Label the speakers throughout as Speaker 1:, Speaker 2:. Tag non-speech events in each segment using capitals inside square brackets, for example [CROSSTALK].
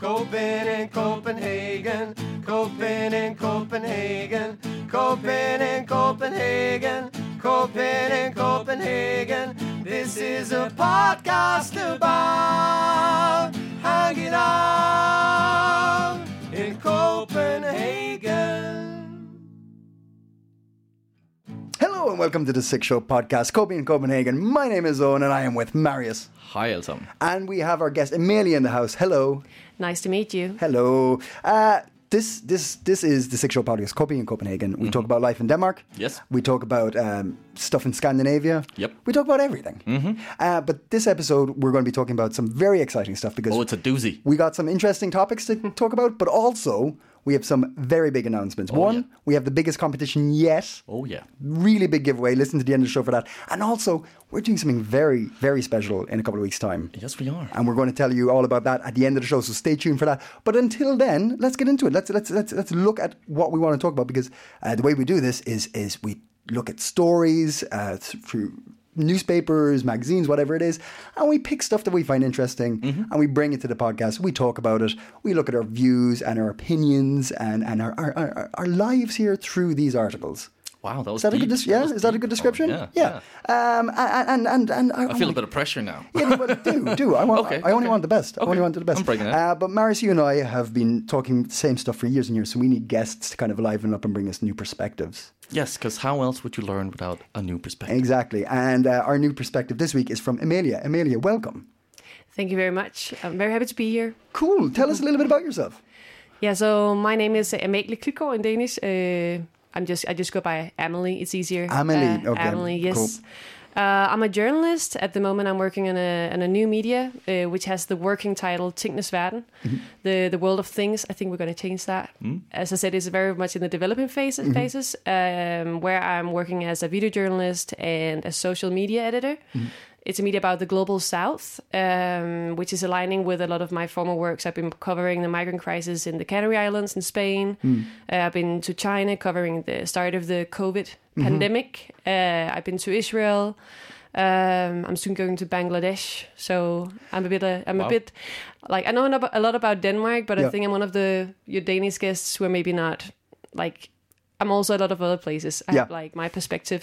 Speaker 1: Copen in Copenhagen, Copen in Copenhagen, Copen in Copenhagen, Copen in Copenhagen. This is a podcast about hanging out in Copenhagen.
Speaker 2: Hello and welcome to the Six Show podcast, Kobe in Copenhagen. My name is Owen and I am with Marius.
Speaker 3: Hi, Elton.
Speaker 2: And we have our guest Amelia in the house. Hello.
Speaker 4: Nice to meet you.
Speaker 2: Hello. Uh, this this this is the Six Show podcast, Kobe in Copenhagen. We talk about life in Denmark.
Speaker 3: Mm-hmm. Yes.
Speaker 2: We talk about um, stuff in Scandinavia.
Speaker 3: Yep.
Speaker 2: We talk about everything. Mm-hmm. Uh, but this episode, we're going to be talking about some very exciting stuff because
Speaker 3: Oh, it's a doozy.
Speaker 2: we got some interesting
Speaker 3: [LAUGHS]
Speaker 2: topics to talk about, but also we have some very big announcements. One,
Speaker 3: Oh, yeah.
Speaker 2: we have the biggest competition yet.
Speaker 3: Oh, yeah.
Speaker 2: Really big giveaway. Listen to the end of the show for that. And also, we're doing something very, very special in a couple of weeks' time.
Speaker 3: Yes, we are.
Speaker 2: And we're going to tell you all about that at the end of the show. So stay tuned for that. But until then, let's get into it. Let's let's let's let's look at what we want to talk about because uh, the way we do this is is we look at stories uh, through newspapers, magazines, whatever it is, and we pick stuff that we find interesting
Speaker 3: Mm-hmm.
Speaker 2: and we bring it to the podcast. We talk about it. We look at our views and our opinions and and our our, our, our lives here through these articles.
Speaker 3: Wow, that was
Speaker 2: Is that, a good
Speaker 3: deep.
Speaker 2: des- yeah?
Speaker 3: was
Speaker 2: is that a
Speaker 3: deep.
Speaker 2: good description?
Speaker 3: Oh,
Speaker 2: yeah. Um, and, and, and, and I,
Speaker 3: I feel a bit of pressure now.
Speaker 2: yeah, well, do do. I want.
Speaker 3: Okay,
Speaker 2: I only
Speaker 3: okay.
Speaker 2: want the best. I only
Speaker 3: Okay,
Speaker 2: want the best.
Speaker 3: I'm breaking it.
Speaker 2: Uh, but Maris, you and I have been talking the same stuff for years and years, so we need guests to kind of liven up and bring us new perspectives.
Speaker 3: Yes, because how else would you learn without a new perspective?
Speaker 2: Exactly. And uh, our new perspective this week is from Amelia. Amelia, welcome.
Speaker 4: Thank you very much. I'm very happy to be here.
Speaker 2: Cool. Tell us a little bit about yourself.
Speaker 4: Yeah, so my name is uh, Amalie Klitgaard in Danish. Uh, I'm just I just go by Amalie. It's easier.
Speaker 2: Amalie,
Speaker 4: Uh,
Speaker 2: okay,
Speaker 4: Amalie, yes.
Speaker 2: cool.
Speaker 4: Uh, I'm a journalist at the moment. I'm working on a on a new media uh, which has the working title Tingenes Verden,
Speaker 2: Mm-hmm.
Speaker 4: the the world of things. I think we're going to change that.
Speaker 2: Mm.
Speaker 4: As I said, it's very much in the development phase,
Speaker 2: Mm-hmm.
Speaker 4: phases, um, where I'm working as a video journalist and a social media editor.
Speaker 2: Mm-hmm.
Speaker 4: It's a media about the global south, um, which is aligning with a lot of my former works. I've been covering the migrant crisis in the Canary Islands in Spain.
Speaker 2: Hmm.
Speaker 4: Uh, I've been to China covering the start of the COVID
Speaker 2: Mm-hmm.
Speaker 4: pandemic. Uh, I've been to Israel. Um, I'm soon going to Bangladesh, so I'm a bit. Uh, I'm a bit like I know an- a lot about Denmark, but
Speaker 2: Yeah.
Speaker 4: I think I'm one of the your Danish guests who are maybe not like. I'm also a lot of other places. I
Speaker 2: Yeah.
Speaker 4: have like my perspective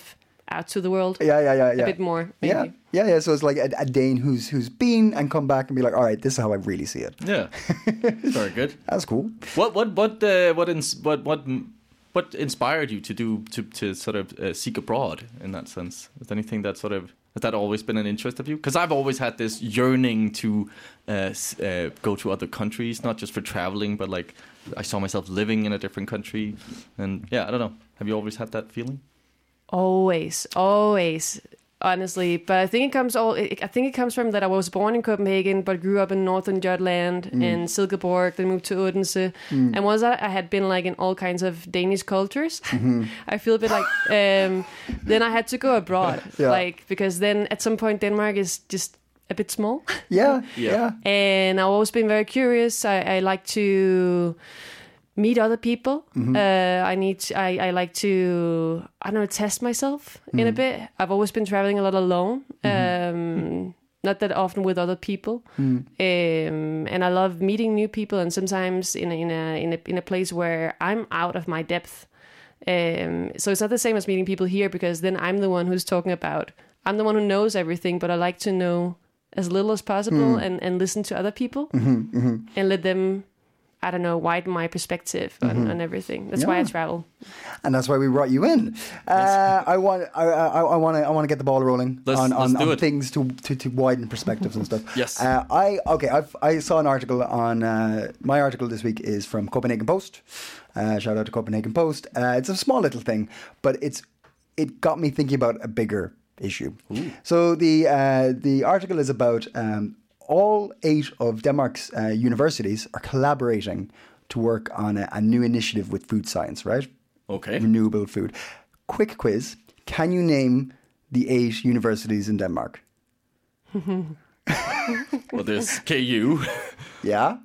Speaker 4: out to the world
Speaker 2: Yeah, yeah, yeah, yeah.
Speaker 4: a bit more. Maybe.
Speaker 2: Yeah, yeah, yeah. So it's like a, a Dane who's who's been and come back and be like, all right, this is how I really see it.
Speaker 3: Yeah. Very good.
Speaker 2: That's cool.
Speaker 3: What what what uh, what ins- what what m- what inspired you to do to to sort of uh, seek abroad in that sense? Is there anything that sort of has that always been an interest of you? Because I've always had this yearning to uh, s- uh, go to other countries, not just for traveling, but like I saw myself living in a different country, and yeah, I don't know. Have you always had that feeling?
Speaker 4: Always, always, honestly. But I think it comes all. It, I think it comes from that I was born in Copenhagen, but grew up in northern Jutland in Silkeborg. Then moved to Odense, and once I, I had been like in all kinds of Danish cultures, [LAUGHS] I feel a bit like. Um, then I had to go abroad,
Speaker 2: Yeah.
Speaker 4: like because then at some point Denmark is just a bit small.
Speaker 2: Yeah, yeah.
Speaker 3: Yeah.
Speaker 4: and I've always been very curious. I, I like to meet other people. Uh, I need. To, I, I like to. I don't know. Test myself in a bit. I've always been traveling a lot alone. Um, not that often with other people. Um, and I love meeting new people. And sometimes in a, in a in a in a place where I'm out of my depth. Um, so it's not the same as meeting people here because then I'm the one who's talking about. I'm the one who knows everything, but I like to know as little as possible and, and listen to other people and let them, I don't know, widen my perspective on, on everything. That's why I travel.
Speaker 2: And that's why we brought you in. Uh, I want, I, I, I want to, I want to get the ball rolling
Speaker 3: Let's-
Speaker 2: on, on,
Speaker 3: let's do
Speaker 2: on
Speaker 3: it.
Speaker 2: things to, to, to widen perspectives and stuff.
Speaker 3: [LAUGHS] Yes.
Speaker 2: Uh, I okay. I've, I saw an article on uh, my article this week is from Copenhagen Post. Uh, shout out to Copenhagen Post. Uh, it's a small little thing, but it's it got me thinking about a bigger issue. So the uh, the article is about um, all eight of Denmark's uh, universities are collaborating to work on a, a new initiative with food science, right?
Speaker 3: Okay.
Speaker 2: Renewable food. Quick quiz Can you name the eight universities in Denmark?
Speaker 3: Well, there's [LAUGHS] KU,
Speaker 2: Yeah?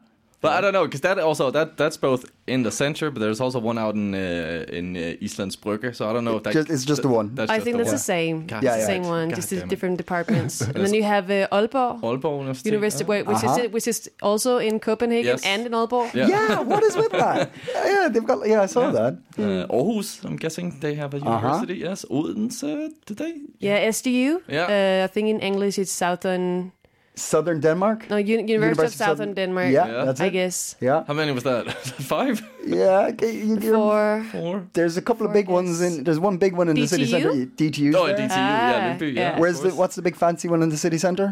Speaker 3: but I don't know because that also that that's both in the center, but there's also one out in uh, in uh, Islands Brygge. So I don't know if that
Speaker 2: Just- it's just the one.
Speaker 3: That's
Speaker 4: I
Speaker 3: just
Speaker 4: think
Speaker 3: the
Speaker 4: that's the
Speaker 3: one.
Speaker 4: same.
Speaker 3: God
Speaker 4: it's
Speaker 2: damn
Speaker 4: the same
Speaker 3: it.
Speaker 4: one,
Speaker 3: God
Speaker 4: just the
Speaker 3: damn it.
Speaker 4: different
Speaker 3: [LAUGHS]
Speaker 4: departments. and then you have uh, Aalborg
Speaker 3: Aalborg University.
Speaker 4: University,
Speaker 3: Ah.
Speaker 4: where- which is which is also in Copenhagen
Speaker 3: Yes.
Speaker 4: and in Aalborg.
Speaker 3: Yeah.
Speaker 2: Yeah, what is with
Speaker 3: [LAUGHS]
Speaker 2: that? Yeah, they've got, yeah, I saw that.
Speaker 3: Uh,
Speaker 4: Mm.
Speaker 3: Aarhus, I'm guessing they have a
Speaker 2: Uh-huh.
Speaker 3: university. Yes, Odense, did they?
Speaker 4: Yeah, SDU.
Speaker 3: Yeah.
Speaker 4: Uh, I think in English it's Southern
Speaker 2: Southern Denmark?
Speaker 4: No, Uni- University, of Southern Denmark.
Speaker 2: Yeah,
Speaker 3: Yeah.
Speaker 2: that's it.
Speaker 4: I guess.
Speaker 2: Yeah.
Speaker 3: How many was that? [LAUGHS] Five,
Speaker 2: Yeah, okay, you- you're-
Speaker 4: Or
Speaker 3: four?
Speaker 2: there's a couple of big ones in. There's one big one in the city
Speaker 4: DTU?
Speaker 2: center. DTU. 's
Speaker 3: Oh,
Speaker 2: there.
Speaker 3: DTU,
Speaker 4: Ah,
Speaker 3: yeah, Lyngby, yeah.
Speaker 4: yeah.
Speaker 3: of
Speaker 2: Where's the
Speaker 3: course.
Speaker 2: what's the big fancy one in the city center?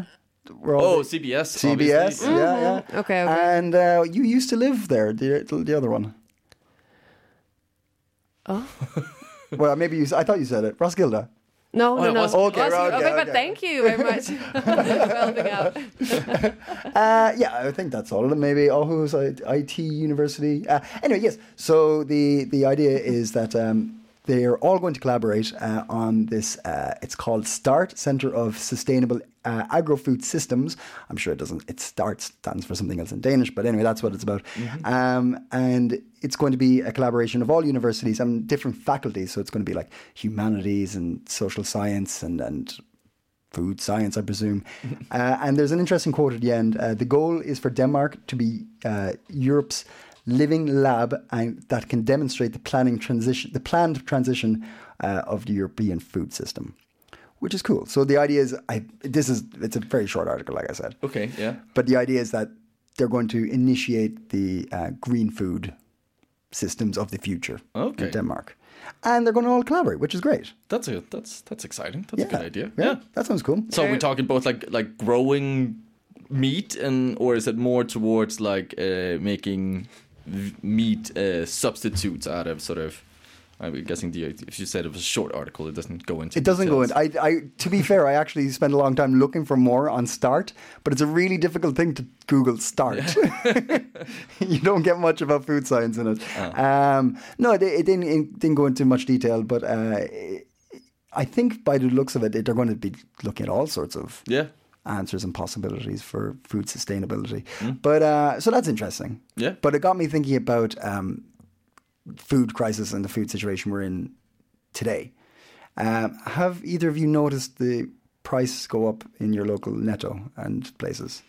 Speaker 2: Where all
Speaker 3: Oh,
Speaker 2: the-
Speaker 3: CBS.
Speaker 2: CBS.
Speaker 3: obviously.
Speaker 2: Yeah, yeah.
Speaker 4: Mm-hmm. Okay, okay.
Speaker 2: And uh, you used to live there. The, the other one.
Speaker 4: Oh.
Speaker 2: well, maybe you. s- I thought you said it, Roskilde.
Speaker 4: no,
Speaker 3: yeah,
Speaker 4: no, no.
Speaker 3: Oslo.
Speaker 2: Oh, Okay,
Speaker 4: Oslo.
Speaker 2: right, okay,
Speaker 4: but
Speaker 2: okay.
Speaker 4: thank you very
Speaker 2: [LAUGHS]
Speaker 4: much [LAUGHS] for helping out.
Speaker 2: Uh, yeah, I think that's all. of them. Maybe Aarhus I- IT University. Uh, anyway, yes. So the the idea is that um, they are all going to collaborate uh, on this. Uh, it's called START Center of Sustainable uh, Agro Food Systems. I'm sure it doesn't. It START stands for something else in Danish, but anyway, that's what it's about. Um, and it's going to be a collaboration of all universities and different faculties. So it's going to be like humanities and social science and and food science, I presume.
Speaker 3: [LAUGHS]
Speaker 2: uh, and there's an interesting quote at the end. Uh, the goal is for Denmark to be uh, Europe's living lab and that can demonstrate the planning transition, the planned transition uh, of the European food system, which is cool. So the idea is, I this is it's a very short article, like I said,
Speaker 3: Okay, yeah.
Speaker 2: but the idea is that they're going to initiate the uh, green food systems of the future
Speaker 3: Okay.
Speaker 2: in Denmark. And they're going to all collaborate, which is great.
Speaker 3: That's a that's that's exciting. That's a good idea.
Speaker 2: Yeah, that sounds cool.
Speaker 3: So we're talking both like like growing meat and or is it more towards like uh, making v- meat uh, substitutes out of sort of I'm guessing the if you said it was a short article it doesn't go into
Speaker 2: It doesn't go in.
Speaker 3: details.
Speaker 2: I, I, to be fair, I actually spent a long time looking for more on start, but it's a really difficult thing to Google start. [LAUGHS] you don't get much about food science in it.
Speaker 3: Oh.
Speaker 2: Um, no, it, it didn't, it didn't go into much detail, but uh, I think by the looks of it, they're going to be looking at all sorts of
Speaker 3: Yeah.
Speaker 2: answers and possibilities for food sustainability. But uh, so that's interesting.
Speaker 3: Yeah.
Speaker 2: But it got me thinking about um, food crisis and the food situation we're in today. Um, have either of you noticed the prices go up in your local Netto and places?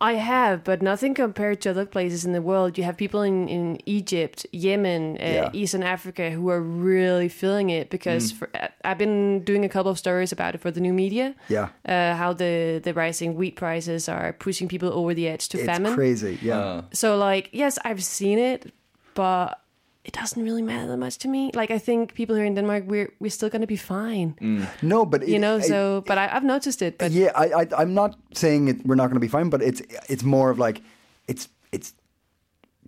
Speaker 4: I have, but nothing compared to other places in the world. You have people in, in Egypt, Yemen, uh,
Speaker 2: Yeah. Mm.
Speaker 4: Eastern Africa who are really feeling it because for, I- I've been doing a couple of stories about it for the new media.
Speaker 2: Yeah.
Speaker 4: Uh, how the, the rising wheat prices are pushing people over the edge to
Speaker 2: It's
Speaker 4: famine.
Speaker 2: crazy. Yeah.
Speaker 4: So, like, yes, I've seen it, but it doesn't really matter that much to me. Like, I think people here in Denmark, we're, we're still going to be fine.
Speaker 2: no, but it-
Speaker 4: You know,
Speaker 2: it-
Speaker 4: so, but I, I've noticed it. But
Speaker 2: yeah, I, I, I'm not saying it, we're not going to be fine, but it's it's more of like it's it's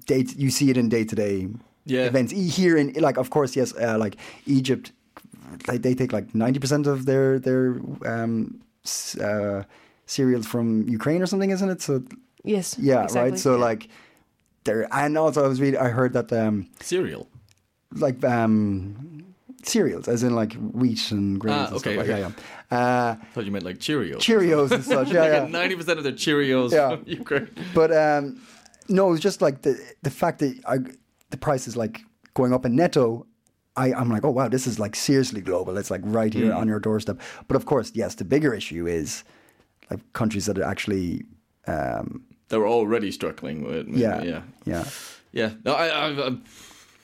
Speaker 2: day you see it in day to day
Speaker 3: Yeah.
Speaker 2: events E- here in like of course yes uh, like Egypt like they take like ninety percent of their their um, s- uh, cereals from Ukraine or something, isn't it? So
Speaker 4: yes.
Speaker 2: yeah,
Speaker 4: exactly.
Speaker 2: right. So like there and also I was reading I heard that um,
Speaker 3: Cereal.
Speaker 2: like um, cereals as in like wheat and grains.
Speaker 3: Ah,
Speaker 2: and
Speaker 3: okay,
Speaker 2: stuff like
Speaker 3: okay.
Speaker 2: that, yeah. Uh,
Speaker 3: I thought you meant like Cheerios. [LAUGHS]
Speaker 2: Cheerios and such. Yeah, yeah.
Speaker 3: Ninety percent of their Cheerios [LAUGHS]
Speaker 2: Yeah.
Speaker 3: from Ukraine.
Speaker 2: But um, no, it was just like the the fact that I, the price is like going up in Netto. I, I'm like, oh wow, this is like seriously global. It's like right
Speaker 3: Hmm.
Speaker 2: here on your doorstep. But of course, yes, the bigger issue is like countries that are actually, um,
Speaker 3: They were already struggling with
Speaker 2: yeah,
Speaker 3: yeah.
Speaker 2: yeah.
Speaker 3: Yeah, no, I, I, I-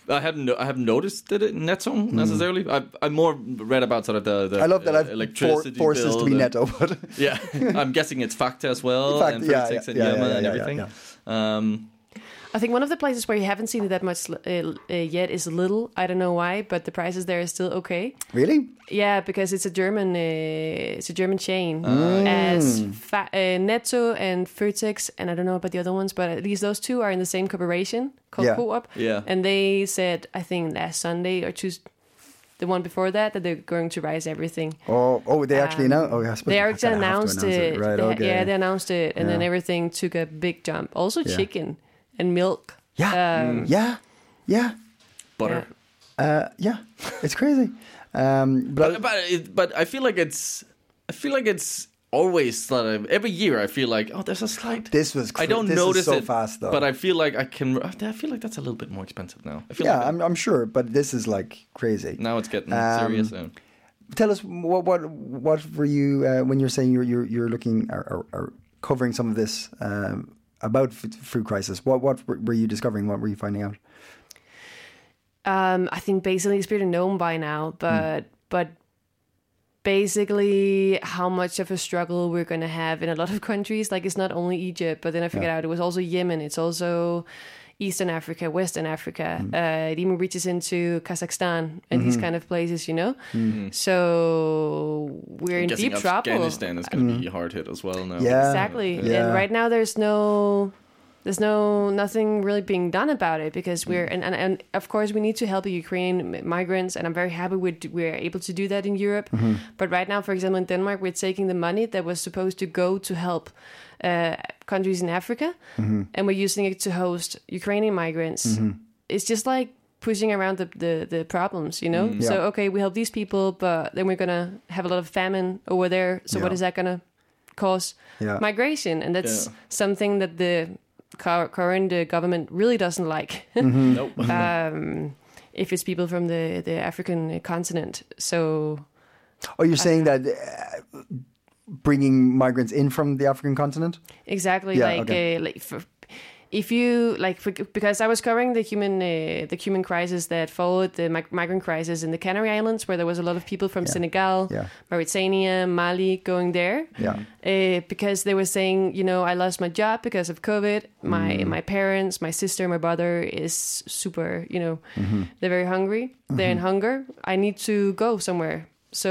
Speaker 3: I haven't, no, I haven't noticed that it Netto necessarily. I, I more read about sort of the, the
Speaker 2: Mm. I love that
Speaker 3: uh,
Speaker 2: I've for,
Speaker 3: electricity
Speaker 2: forces
Speaker 3: bill
Speaker 2: to be
Speaker 3: and-
Speaker 2: Netto, [LAUGHS] but
Speaker 3: Yeah, [LAUGHS] I'm guessing it's Facta as well,
Speaker 2: Facta,
Speaker 3: and
Speaker 2: yeah,
Speaker 3: yeah, and
Speaker 2: yeah, yeah,
Speaker 3: Yema
Speaker 2: yeah,
Speaker 3: and
Speaker 2: yeah,
Speaker 3: everything. Um,
Speaker 4: I think one of the places where you haven't seen it that much uh, uh, yet is Little. I don't know why, but the prices there are still okay.
Speaker 2: really,
Speaker 4: Yeah, because it's a German, uh, it's a German chain.
Speaker 2: Ah. Mm.
Speaker 4: As fa- uh, Netto and Furtex, and I don't know about the other ones, but at least those two are in the same corporation called
Speaker 2: Yeah.
Speaker 4: Co-op.
Speaker 3: Yeah.
Speaker 4: and they said I think last Sunday or Tuesday, the one before that that they're going to rise everything.
Speaker 2: Oh, oh, they actually know. Oh, yeah, I suppose
Speaker 4: Um, They
Speaker 2: I
Speaker 4: already
Speaker 2: said I have to
Speaker 4: announced
Speaker 2: announce
Speaker 4: it.
Speaker 2: Right,
Speaker 4: They-
Speaker 2: okay.
Speaker 4: Yeah, they announced it, and then
Speaker 2: Yeah.
Speaker 4: everything took a big jump. Also,
Speaker 2: Yeah.
Speaker 4: chicken and milk.
Speaker 2: Yeah,
Speaker 4: Um,
Speaker 2: yeah, yeah,
Speaker 3: butter.
Speaker 2: uh, yeah. It's crazy. Um, but,
Speaker 3: But but, it, but I feel like it's I feel like it's always sort of every year I feel like oh there's a slight
Speaker 2: This was cr-
Speaker 3: I don't
Speaker 2: this is
Speaker 3: notice
Speaker 2: so
Speaker 3: it
Speaker 2: fast, though.
Speaker 3: but I feel like I can I feel like that's a little bit more expensive now I feel
Speaker 2: yeah,
Speaker 3: like
Speaker 2: I'm, I'm sure. But this is like crazy.
Speaker 3: now it's getting
Speaker 2: Um,
Speaker 3: serious and
Speaker 2: Tell us what what what were you uh, when you're saying you're you're, you're looking or, or, or covering some of this um, about f- food crisis? What what were were you discovering? What were you finding out?
Speaker 4: Um, I think basically it's pretty known by now,
Speaker 2: Mm.
Speaker 4: but but basically how much of a struggle we're going to have in a lot of [LAUGHS] countries. Like it's not only Egypt, but then I figured out it was also Yemen. It's also Eastern Africa, Western Africa.
Speaker 2: Mm.
Speaker 4: Uh, it even reaches into Kazakhstan and
Speaker 2: Mm-hmm.
Speaker 4: these kind of places, you know. So we're in
Speaker 3: guessing
Speaker 4: deep trouble.
Speaker 3: Afghanistan is going to be hard hit as well now
Speaker 2: Mm. Yeah.
Speaker 4: exactly
Speaker 2: Yeah.
Speaker 4: and right now there's no there's no nothing really being done about it because
Speaker 2: Mm.
Speaker 4: we're and, and, and of course we need to help the ukrainian m- migrants and i'm very happy we're, d- we're able to do that in europe
Speaker 2: Mm-hmm.
Speaker 4: but right now for example in denmark we're taking the money that was supposed to go to help uh, countries in africa
Speaker 2: Mm-hmm.
Speaker 4: and we're using it to host ukrainian migrants it's just like pushing around the, the, the problems you know so
Speaker 2: Mm. Yeah.
Speaker 4: okay we help these people but then we're gonna have a lot of famine over there so what
Speaker 2: Yeah.
Speaker 4: is that gonna cause
Speaker 2: Yeah.
Speaker 4: migration, and that's
Speaker 3: Yeah.
Speaker 4: something that the cur- current uh, government really doesn't like. [LAUGHS]
Speaker 2: Mm-hmm.
Speaker 3: nope
Speaker 4: um, if it's people from the the African uh, continent, so
Speaker 2: Oh, you're saying that uh, bringing migrants in from the African continent?
Speaker 4: exactly
Speaker 2: Yeah,
Speaker 4: like
Speaker 2: okay.
Speaker 4: uh, like for, if you like for, because I was covering the human uh, the human crisis that followed the mig- migrant crisis in the Canary Islands, where there was a lot of people from Senegal,
Speaker 2: Yeah.
Speaker 4: Mauritania, Mali going there.
Speaker 2: Yeah.
Speaker 4: uh, because they were saying, you know, I lost my job because of COVID. My my parents, my sister, my brother is super. You know, they're very hungry. They're in hunger. I need to go somewhere. So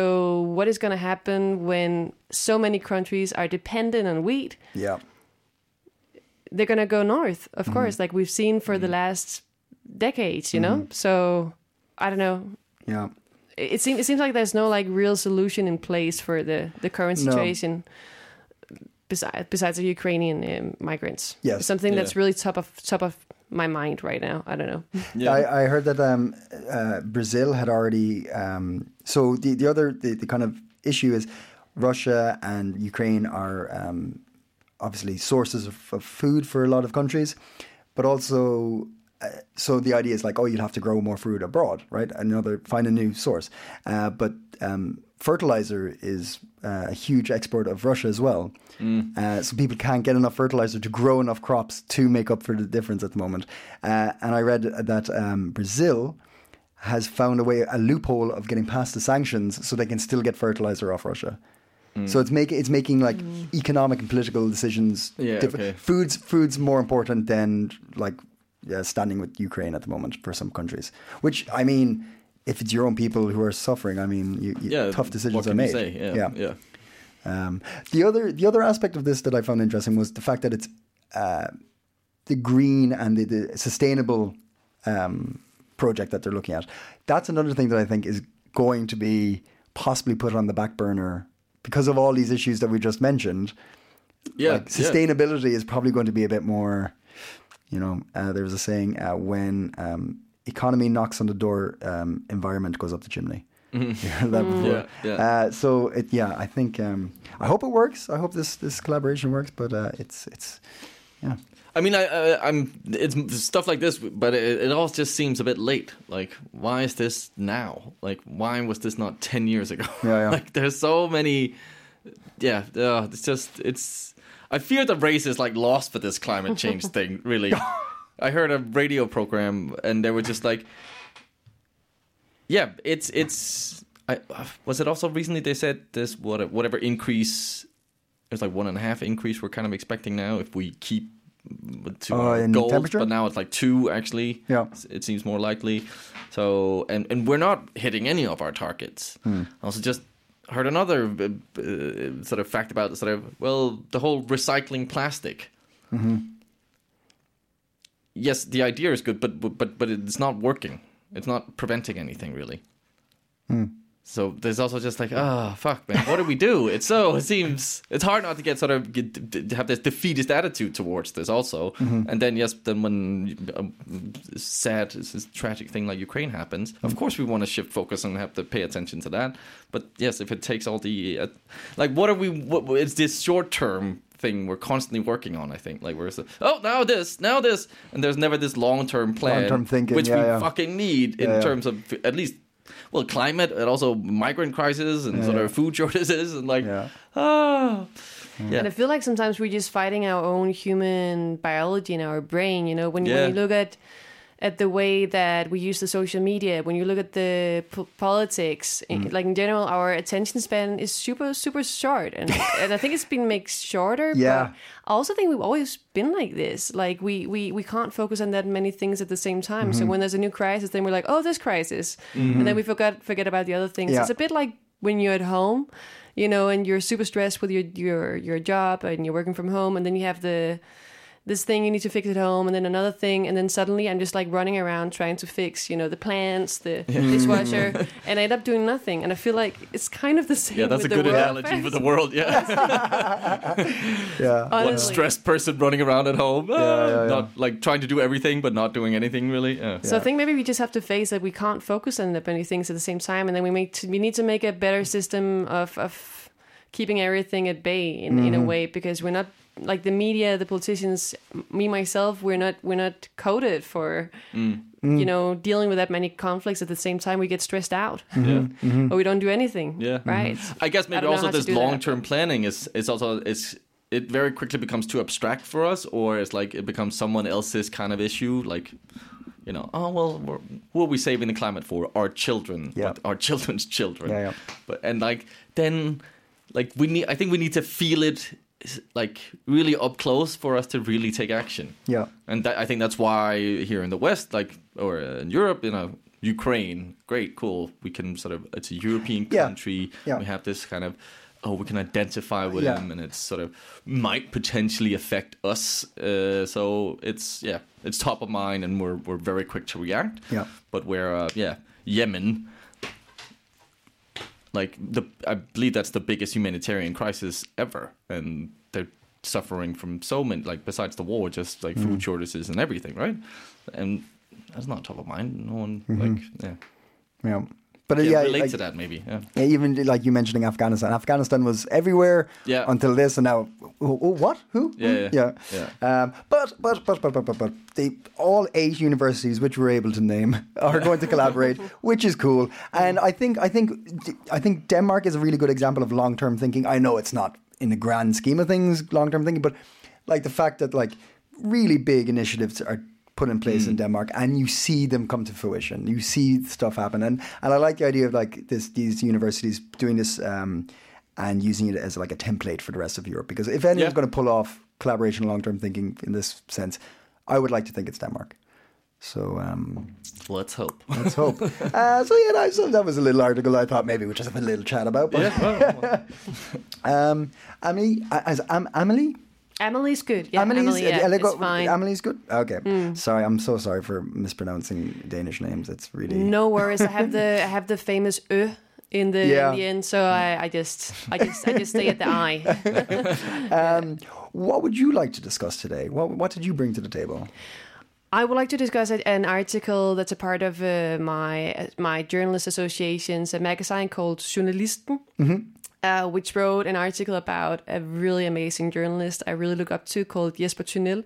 Speaker 4: what is going to happen when so many countries are dependent on wheat?
Speaker 2: Yeah.
Speaker 4: They're going to go north, of course, like we've seen for the last decades. You know, so I don't know.
Speaker 2: Yeah.
Speaker 4: It it seems it seems like there's no like real solution in place for the the current
Speaker 2: No.
Speaker 4: situation. Besides, besides the Ukrainian um, migrants,
Speaker 2: Yes.
Speaker 4: something
Speaker 3: Yeah.
Speaker 4: that's really top of top of my mind right now. I don't know.
Speaker 3: yeah
Speaker 2: I, I heard that um, uh, Brazil had already. Um, so the, the other the, the kind of issue is Russia and Ukraine are um, obviously sources of, of food for a lot of countries, but also. Uh, so the idea is like, oh, you'd have to grow more food abroad, right? Another find a new source, uh, but um, fertilizer is uh, a huge export of Russia as well. Uh, so people can't get enough fertilizer to grow enough crops to make up for the difference at the moment. Uh, and I read that um, Brazil has found a way, a loophole of getting past the sanctions, so they can still get fertilizer off Russia.
Speaker 3: Mm.
Speaker 2: So it's making it's making like economic and political decisions.
Speaker 3: Yeah,
Speaker 2: diff-
Speaker 3: okay.
Speaker 2: Foods foods more important than like yeah, standing with Ukraine at the moment for some countries. Which I mean, if it's your own people who are suffering, I mean, you, you,
Speaker 3: yeah
Speaker 2: tough decisions
Speaker 3: what can
Speaker 2: are made.
Speaker 3: you say? yeah
Speaker 2: yeah.
Speaker 3: yeah, yeah.
Speaker 2: Um, the other the other aspect of this that I found interesting was the fact that it's uh, the green and the, the sustainable um, project that they're looking at. That's another thing that I think is going to be possibly put on the back burner because of all these issues that we just mentioned. like sustainability is probably going to be a bit more. You know, uh, there was a saying uh, when um, economy knocks on the door, um, environment goes up the chimney. You heard [LAUGHS] that before.
Speaker 3: Yeah, yeah.
Speaker 2: Uh, so it, yeah, I think um, I hope it works. I hope this this collaboration works, but uh, it's it's yeah.
Speaker 3: I mean, I, I, I'm it's stuff like this, but it, it all just seems a bit late. Like, why is this now? Like, why was this not ten years ago?
Speaker 2: Yeah, yeah.
Speaker 3: [LAUGHS] like, there's so many. Yeah, uh, it's just it's. I fear the race is like lost for this climate change
Speaker 2: [LAUGHS]
Speaker 3: thing. Really, I heard a radio program and they were just like, yeah, it's it's. I was it also recently they said this what whatever increase. There's like one and a half increase we're kind of expecting now if we keep to
Speaker 2: Oh,
Speaker 3: our
Speaker 2: in
Speaker 3: goals,
Speaker 2: temperature?
Speaker 3: but now it's like two actually.
Speaker 2: Yeah.
Speaker 3: S- it seems more likely. So and and we're not hitting any of our targets. Also, just heard another uh, uh, sort of fact about sort of well the whole recycling plastic yes, the idea is good, but but but it's not working. It's not preventing anything really. So there's also just like, ah, fuck, man, what do we do? It's so it seems it's hard not to get sort of get, d- d- have this defeatist attitude towards this also.
Speaker 2: Mm-hmm.
Speaker 3: And then yes, then when um, sad this is tragic thing like Ukraine happens,
Speaker 2: Mm-hmm.
Speaker 3: of course we want to shift focus and have to pay attention to that. But yes, if it takes all the uh, like, what are we? What, it's this short term thing we're constantly working on. I think like where's the oh now this now this and there's never this long term plan
Speaker 2: Long-term thinking,
Speaker 3: which
Speaker 2: yeah,
Speaker 3: we
Speaker 2: yeah.
Speaker 3: fucking need in
Speaker 2: Yeah, yeah.
Speaker 3: terms of at least well climate and also migrant crisis and sort of food [LAUGHS] shortages and like
Speaker 2: Yeah.
Speaker 3: ah yeah
Speaker 4: And I feel like sometimes we're just fighting our own human biology in our brain. You know, when,
Speaker 3: Yeah.
Speaker 4: when you look at at the way that we use the social media, when you look at the p- politics, i-
Speaker 2: Mm.
Speaker 4: like in general, our attention span is super super short, and and I think it's been made shorter.
Speaker 2: Yeah.
Speaker 4: But I also think we've always been like this. Like we we we can't focus on that many things at the same time. So when there's a new crisis, then we're like, oh, this crisis, and then we forget forget about the other things.
Speaker 2: Yeah.
Speaker 4: It's a bit like when you're at home, you know, and you're super stressed with your your your job and you're working from home, and then you have the this thing you need to fix at home, and then another thing, and then suddenly I'm just like running around trying to fix, you know, the plants, the dishwasher, and I end up doing nothing. And I feel like it's kind of the same.
Speaker 3: yeah that's a
Speaker 4: with
Speaker 3: good
Speaker 4: the world
Speaker 3: analogy for
Speaker 4: affairs.
Speaker 3: the world
Speaker 4: [LAUGHS]
Speaker 3: yeah
Speaker 2: Yeah.
Speaker 3: one
Speaker 4: Honestly.
Speaker 3: stressed person running around at home ah,
Speaker 2: yeah, yeah.
Speaker 3: not like trying to do everything but not doing anything really yeah.
Speaker 4: So I think maybe we just have to face that we can't focus on that many things at the same time, and then we make to, we need to make a better system of of keeping everything at bay in, in a
Speaker 3: Mm-hmm.
Speaker 4: way because we're not like the media, the politicians, m- me myself, we're not we're not coded for
Speaker 3: Mm.
Speaker 4: you know dealing with that many conflicts at the same time. We get stressed out, or we don't do anything.
Speaker 3: Mm-hmm. Yeah. Mm-hmm.
Speaker 4: right.
Speaker 3: I guess maybe
Speaker 4: don't know
Speaker 3: also
Speaker 4: how to
Speaker 3: this
Speaker 4: do that.
Speaker 3: long term planning is is also is it very quickly becomes too abstract for us, or it's like it becomes someone else's kind of issue, like. You know, oh well, we're, who are we saving the climate for? Our children,
Speaker 2: Yeah.
Speaker 3: but our children's children.
Speaker 2: Yeah, yeah.
Speaker 3: But and like then, like we need. I think we need to feel it, like really up close for us to really take action.
Speaker 2: Yeah.
Speaker 3: And that, I think that's why here in the West, like or uh, in Europe, you know, Ukraine, great, cool. We can sort of it's a European
Speaker 2: Yeah.
Speaker 3: country.
Speaker 2: Yeah.
Speaker 3: We have this kind of oh, we can identify with
Speaker 2: Yeah.
Speaker 3: him, and it's sort of might potentially affect us. Uh, so it's yeah, it's top of mind, and we're we're very quick to react.
Speaker 2: Yeah.
Speaker 3: But where uh, yeah, Yemen. Like the, I believe that's the biggest humanitarian crisis ever, and they're suffering from so many, like besides the war, just like
Speaker 2: Mm.
Speaker 3: food shortages and everything, right? And that's not top of mind. No one like yeah,
Speaker 2: Yeah. Mm-hmm. But uh,
Speaker 3: yeah,
Speaker 2: yeah,
Speaker 3: relate
Speaker 2: like-
Speaker 3: to that maybe. Yeah.
Speaker 2: yeah, even like you mentioning Afghanistan. Afghanistan was everywhere
Speaker 3: Yeah.
Speaker 2: until this, and now oh, oh, what? Who?
Speaker 3: Yeah,
Speaker 2: Hmm?
Speaker 3: yeah,
Speaker 2: yeah. Um, but but but but but but but they all eight universities which we're able to name [LAUGHS] are going to collaborate, which is cool. And I think I think I think Denmark is a really good example of long term thinking. I know it's not in the grand scheme of things long term thinking, but like the fact that like really big initiatives are put in place in Denmark and you see them come to fruition. You see stuff happen. And and I like the idea of like this these universities doing this um, and using it as like a template for the rest of Europe. Because if anyone's
Speaker 3: Yeah.
Speaker 2: going to pull off collaboration long term thinking in this sense, I would like to think it's Denmark. So um,
Speaker 3: Let's hope.
Speaker 2: let's [LAUGHS] hope. uh, so yeah, no, so that was a little article I thought maybe we just have a little chat about. But um, Amelie, as Am- Amelie,
Speaker 4: Emily's good. Yeah,
Speaker 2: Amelie's,
Speaker 4: Emily, yeah,
Speaker 2: I
Speaker 4: it's
Speaker 2: got-
Speaker 4: fine. Mm.
Speaker 2: Amelie's good. Okay, sorry, I'm so sorry for mispronouncing Danish names. It's really
Speaker 4: No worries. I have the I have the famous ö in the,
Speaker 2: Yeah.
Speaker 4: in the end, so I, I just I just I just stay at the [LAUGHS] I.
Speaker 2: What would you like to discuss today? What What did you bring to the table?
Speaker 4: I would like to discuss a- an article that's a part of uh, my uh, my journalist association's a magazine called Journalisten, uh, which wrote an article about a really amazing journalist I really look up to called Jesper Tunnel,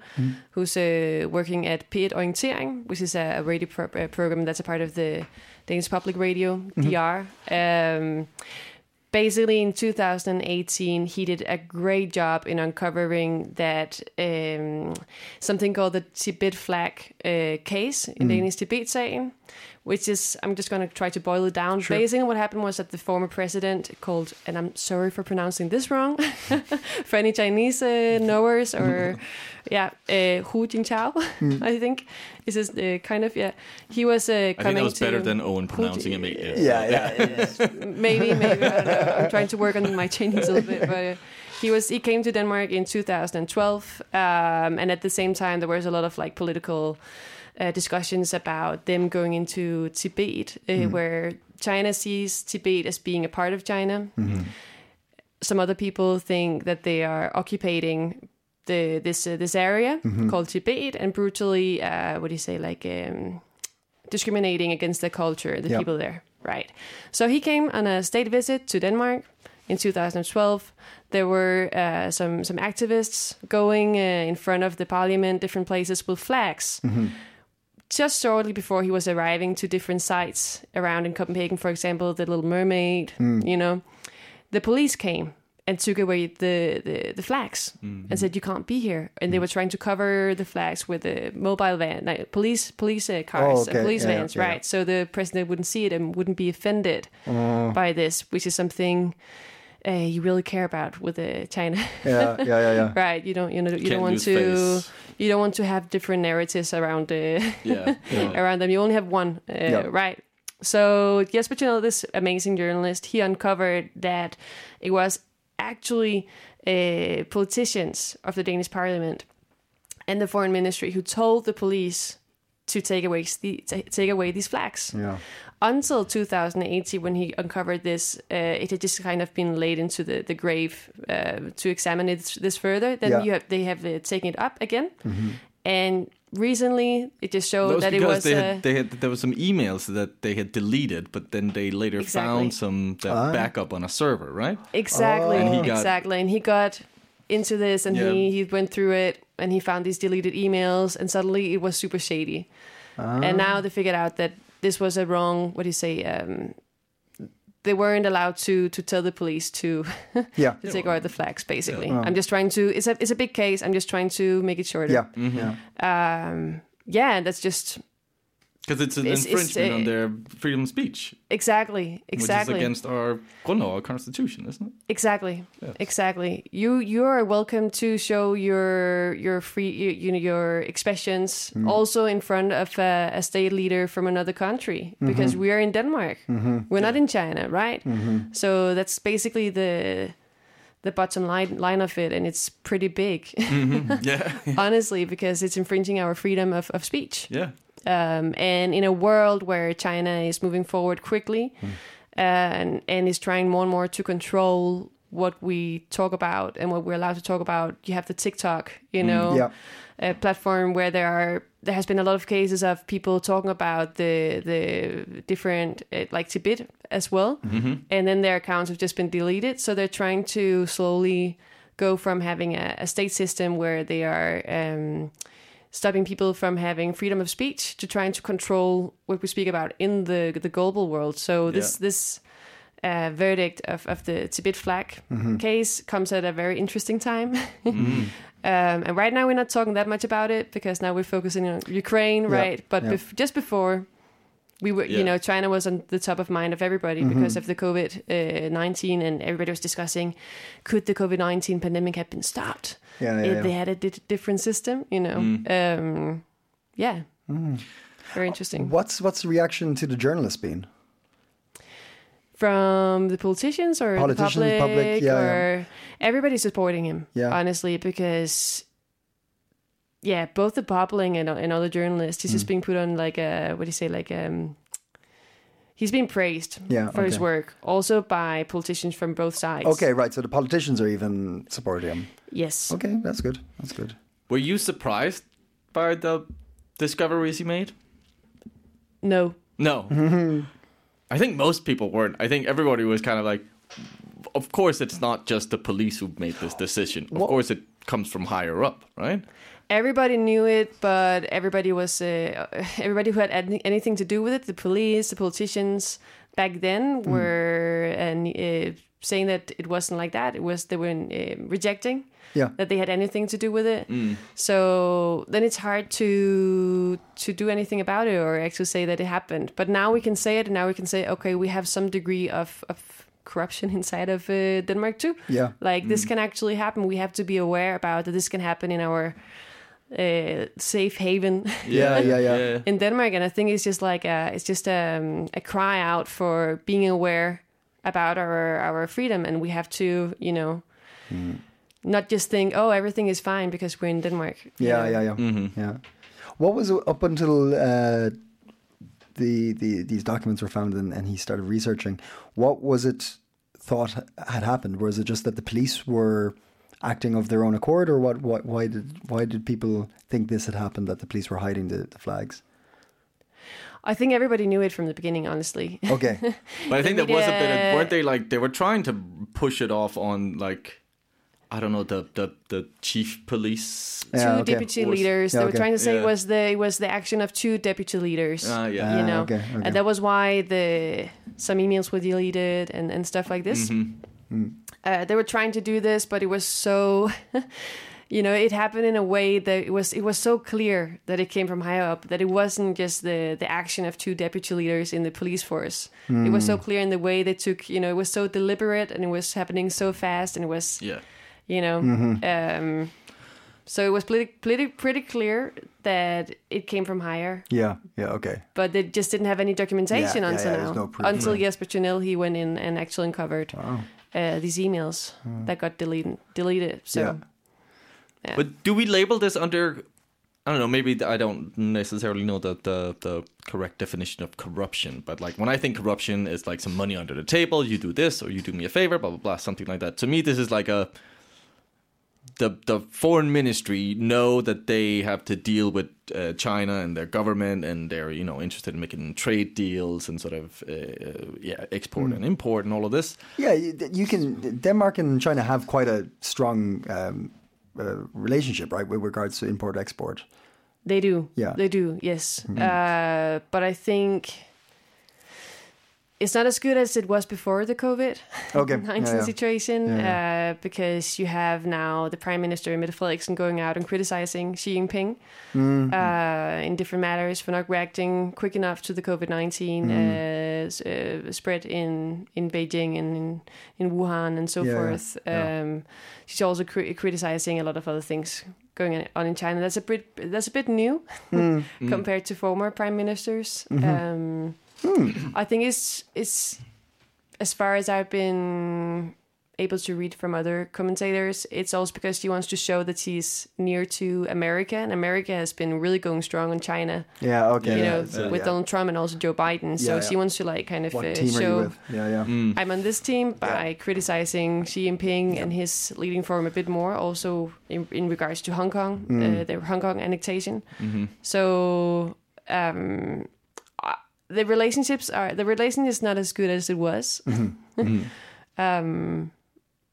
Speaker 4: who's uh, working at P1 Orientering, which is a a radio pro- uh, program that's a part of the Danish Public Radio DR. Um, basically in 2018 he did a great job in uncovering that um, something called the tibet flag uh, case in danish tibet sagen which is i'm just going to try to boil it down basically what happened was that the former president called and i'm sorry for pronouncing this wrong [LAUGHS] for any chinese uh, knowers
Speaker 3: [LAUGHS]
Speaker 4: or yeah uh, hu jintao [LAUGHS] i think this is uh, kind of yeah he was uh,
Speaker 3: Hmm. I think that
Speaker 4: coming
Speaker 3: was better
Speaker 4: to-
Speaker 3: than Owen
Speaker 4: Who
Speaker 3: pronouncing
Speaker 4: do-
Speaker 3: it. Yeah.
Speaker 2: yeah,
Speaker 4: maybe, maybe. I don't know. I'm trying to work on my Chinese a little bit, but uh, he was he came to Denmark in 2012, um, and at the same time there was a lot of like political. uh, discussions about them going into Tibet, uh, where China sees Tibet as being a part of China. Some other people think that they are occupying the this uh, this area called Tibet and brutally, uh, what do you say, like um, discriminating against the culture, the
Speaker 2: Yeah.
Speaker 4: people there. Right. So he came on a state visit to Denmark in 2012. There were uh, some some activists going uh, in front of the parliament, different places with flags. Just shortly before he was arriving to different sites around in Copenhagen, for example, the Little Mermaid,
Speaker 2: Hmm.
Speaker 4: you know, the police came and took away the, the, the flags
Speaker 2: Hmm.
Speaker 4: and said you can't be here and they were trying to cover the flags with a mobile van like police police uh, cars uh,
Speaker 2: Oh, okay.
Speaker 4: police
Speaker 2: Yeah,
Speaker 4: vans
Speaker 2: yeah.
Speaker 4: right so the president wouldn't see it and wouldn't be offended
Speaker 2: Oh.
Speaker 4: by this which is something uh, you really care about with uh, china
Speaker 2: [LAUGHS] Yeah, yeah, yeah, yeah.
Speaker 4: [LAUGHS] right you don't you know you
Speaker 3: Can't
Speaker 4: don't want
Speaker 3: lose
Speaker 4: to
Speaker 3: face.
Speaker 4: you don't want to have different narratives around uh, the [LAUGHS]
Speaker 3: Yeah. yeah.
Speaker 4: around them. You only have one, uh, right? So Jesper Channel, this amazing journalist, he uncovered that it was actually uh, politicians of the Danish parliament and the foreign ministry who told the police to take away the, ta- take away these flags.
Speaker 2: Yeah.
Speaker 4: Until 2080, when he uncovered this, uh, it had just kind of been laid into the the grave uh, to examine it, this further. Then
Speaker 2: Yeah.
Speaker 4: you have they have uh, taken it up again, and recently it just showed
Speaker 3: That was
Speaker 4: that it
Speaker 3: because
Speaker 4: was
Speaker 3: they,
Speaker 4: uh,
Speaker 3: had, they had there were some emails that they had deleted, but then they later
Speaker 4: Exactly. Ah.
Speaker 3: found some that backup on a server, right?
Speaker 4: exactly
Speaker 3: And he got-
Speaker 4: exactly, and he got into this, and
Speaker 3: Yeah.
Speaker 4: he he went through it, and he found these deleted emails, and suddenly it was super shady, and now they figured out that this was a wrong. What do you say? Um, they weren't allowed to to tell the police to [LAUGHS]
Speaker 2: Yeah.
Speaker 4: to take away the flags. Basically, I'm just trying to. It's a it's a big case. I'm just trying to make it shorter.
Speaker 2: Yeah. yeah.
Speaker 4: Um, yeah, and that's just
Speaker 3: Because it's an
Speaker 4: It's- it's,
Speaker 3: infringement
Speaker 4: uh,
Speaker 3: on their freedom of speech,
Speaker 4: exactly exactly
Speaker 3: which is against our grundlov, our constitution, isn't it?
Speaker 4: Exactly. Exactly. You you are welcome to show your your free you, you know your expressions
Speaker 3: Mm-hmm.
Speaker 4: also in front of a, a state leader from another country
Speaker 3: Mm-hmm.
Speaker 4: because we are in Denmark. We're not in China, right?
Speaker 3: Mm-hmm.
Speaker 4: So that's basically the the bottom line line of it and it's pretty big
Speaker 3: [LAUGHS] [LAUGHS] yeah,
Speaker 4: honestly because it's infringing our freedom of, of speech
Speaker 3: yeah.
Speaker 4: um, and in a world where China is moving forward quickly uh, and and is trying more and more to control what we talk about and what we're allowed to talk about, you have the TikTok, you know,
Speaker 2: yeah.
Speaker 4: uh, platform where there are there has been a lot of cases of people talking about the the different uh, like Tibet as well, and then their accounts have just been deleted. So they're trying to slowly go from having a, a state system where they are. Um, stopping people from having freedom of speech to trying to control what we speak about in the the global world. So this
Speaker 3: Yeah.
Speaker 4: this uh, verdict of, of the Tibet flag
Speaker 2: Mm-hmm.
Speaker 4: case comes at a very interesting time. [LAUGHS] Um, and right now we're not talking that much about it because now we're focusing on Ukraine, right? But
Speaker 2: yeah.
Speaker 4: bef- just before we were, you
Speaker 3: Yeah.
Speaker 4: know, China was on the top of mind of everybody
Speaker 2: Mm-hmm.
Speaker 4: because of the COVID uh, nineteen, and everybody was discussing could the COVID nineteen pandemic have been stopped
Speaker 2: Yeah, yeah,
Speaker 4: if
Speaker 2: yeah.
Speaker 4: they had a di- different system? You know, um, yeah,
Speaker 2: Mm.
Speaker 4: very interesting.
Speaker 2: What's what's the reaction to the journalist been?
Speaker 4: from the politicians or
Speaker 2: Politicians, public,
Speaker 4: the public,
Speaker 2: yeah, yeah.
Speaker 4: or everybody's supporting him
Speaker 2: Yeah.
Speaker 4: honestly because yeah both the public and, and all the journalists he's just
Speaker 2: Mm.
Speaker 4: being put on like a what do you say like um he's being praised
Speaker 2: Yeah,
Speaker 4: for his
Speaker 2: okay.
Speaker 4: work also by politicians from both sides
Speaker 2: Okay, right. So the politicians are even supporting him.
Speaker 4: yes
Speaker 2: Okay, that's good. That's good.
Speaker 3: Were you surprised by the discoveries he made?
Speaker 4: no
Speaker 3: No.
Speaker 2: Mm-hmm.
Speaker 3: I think most people weren't. I think everybody was kind of like, of course, it's not just the police who made this decision. Of course, it comes from higher up, right?
Speaker 4: everybody knew it, but everybody was uh, [LAUGHS] everybody who had any, anything to do with it, the police, the politicians back then were and uh, saying that it wasn't like that. It was they were uh, rejecting
Speaker 2: Yeah. Mm.
Speaker 4: that they had anything to do with it. So then it's hard to to do anything about it or actually say that it happened. But now we can say it, and now we can say, okay, we have some degree of. of corruption [LAUGHS] inside of uh, Denmark too.
Speaker 2: Yeah. Mm.
Speaker 4: Like this can actually happen. We have to be aware about that this can happen in our uh, safe haven [LAUGHS]
Speaker 2: Yeah, yeah, yeah.
Speaker 4: in Denmark, and I think it's just like a, it's just um, a cry out for being aware about our our freedom, and we have to, you know, not just think, oh, everything is fine because we're in Denmark. you
Speaker 2: Yeah,
Speaker 4: know?
Speaker 2: yeah, yeah. Yeah. What was up until uh, the, the these documents were found and, and he started researching? What was it thought had happened? Was it just that the police were acting of their own accord, or what? what why did why did people think this had happened? That the police were hiding the, the flags?
Speaker 4: I think everybody knew it from the beginning, honestly. [LAUGHS]
Speaker 2: Okay.
Speaker 3: But I think
Speaker 4: The
Speaker 3: there was a bit
Speaker 4: media-
Speaker 3: of weren't they like they were trying to push it off on like I don't know the the, the chief police.
Speaker 4: two
Speaker 2: Yeah, okay.
Speaker 4: deputy
Speaker 3: Force.
Speaker 4: leaders.
Speaker 2: Yeah,
Speaker 4: they were
Speaker 2: okay.
Speaker 4: trying to say
Speaker 3: Yeah.
Speaker 4: it was the it was the action of two deputy leaders.
Speaker 3: Ah, yeah.
Speaker 4: you
Speaker 2: Ah,
Speaker 4: know,
Speaker 2: okay, okay.
Speaker 4: and that was why the some emails were deleted and and stuff like this.
Speaker 2: Mm.
Speaker 4: Uh, they were trying to do this, but it was so. [LAUGHS] You know, it happened in a way that it was it was so clear that it came from higher up that it wasn't just the the action of two deputy leaders in the police force. It was so
Speaker 2: Mm.
Speaker 4: clear in the way they took. You know, it was so deliberate and it was happening so fast and it was
Speaker 3: Yeah.
Speaker 4: you know.
Speaker 2: Mm-hmm.
Speaker 4: Um, so it was pretty, pretty, pretty clear that it came from higher,
Speaker 2: yeah. Yeah. Okay.
Speaker 4: but they just didn't have any documentation
Speaker 2: Yeah, yeah,
Speaker 4: until
Speaker 2: yeah, there's
Speaker 4: now.
Speaker 2: no proof, Hmm.
Speaker 4: until Jesper Tunel, he went in and actually uncovered uh, these emails that got deleted. Deleted. So
Speaker 2: Hmm. Yeah.
Speaker 3: But do we label this under? I don't know. Maybe I don't necessarily know the, the the correct definition of corruption. But like when I think corruption is like some money under the table. You do this or you do me a favor, blah blah blah, something like that. To me, this is like a the the foreign ministry know that they have to deal with uh, China and their government, and they're you know interested in making trade deals and sort of uh, yeah export and import and all of this.
Speaker 2: Yeah, you, you can. Denmark and China have quite a strong um, uh, relationship, right, with regards to import export.
Speaker 4: they do.
Speaker 2: Yeah. Hmm.
Speaker 4: They do. Yes. Uh, but I think it's not as good as it was before the COVID. [LAUGHS]
Speaker 2: Okay,
Speaker 4: nineteen
Speaker 2: yeah, yeah.
Speaker 4: situation Uh, because you have now the prime minister Mette Frederiksen going out and criticizing Xi Jinping
Speaker 2: Mm-hmm.
Speaker 4: uh, in different matters for not reacting quick enough to the COVID nineteen
Speaker 2: Mm-hmm.
Speaker 4: uh, s- uh, spread in in Beijing and in, in Wuhan and so
Speaker 2: Yeah, yeah,
Speaker 4: forth. Um, she's also cri- criticizing a lot of other things going on in China. That's a bit that's a bit new
Speaker 2: Hmm.
Speaker 4: [LAUGHS]
Speaker 2: Mm-hmm.
Speaker 4: compared to former prime ministers. Um,
Speaker 2: Hmm.
Speaker 4: I think it's it's as far as I've been able to read from other commentators, it's also because she wants to show that she's near to America, and America has been really going strong on China,
Speaker 2: Yeah. Okay.
Speaker 4: you
Speaker 2: yeah,
Speaker 4: know,
Speaker 2: so,
Speaker 4: with
Speaker 2: yeah.
Speaker 4: Donald Trump and also Joe Biden. So
Speaker 2: Yeah,
Speaker 4: she
Speaker 2: yeah.
Speaker 4: wants to like kind of
Speaker 2: What
Speaker 4: uh,
Speaker 2: team are you
Speaker 4: show
Speaker 2: with? Hmm. Yeah. Yeah.
Speaker 3: Mm.
Speaker 4: I'm on this team by criticizing Xi Jinping and his leading form a bit more, also in, in regards to Hong Kong,
Speaker 2: Hmm.
Speaker 4: uh, the Hong Kong annexation.
Speaker 2: Mm-hmm.
Speaker 4: So um, uh, the relationships are the relation is not as good as it was.
Speaker 2: Mm-hmm.
Speaker 4: [LAUGHS] um,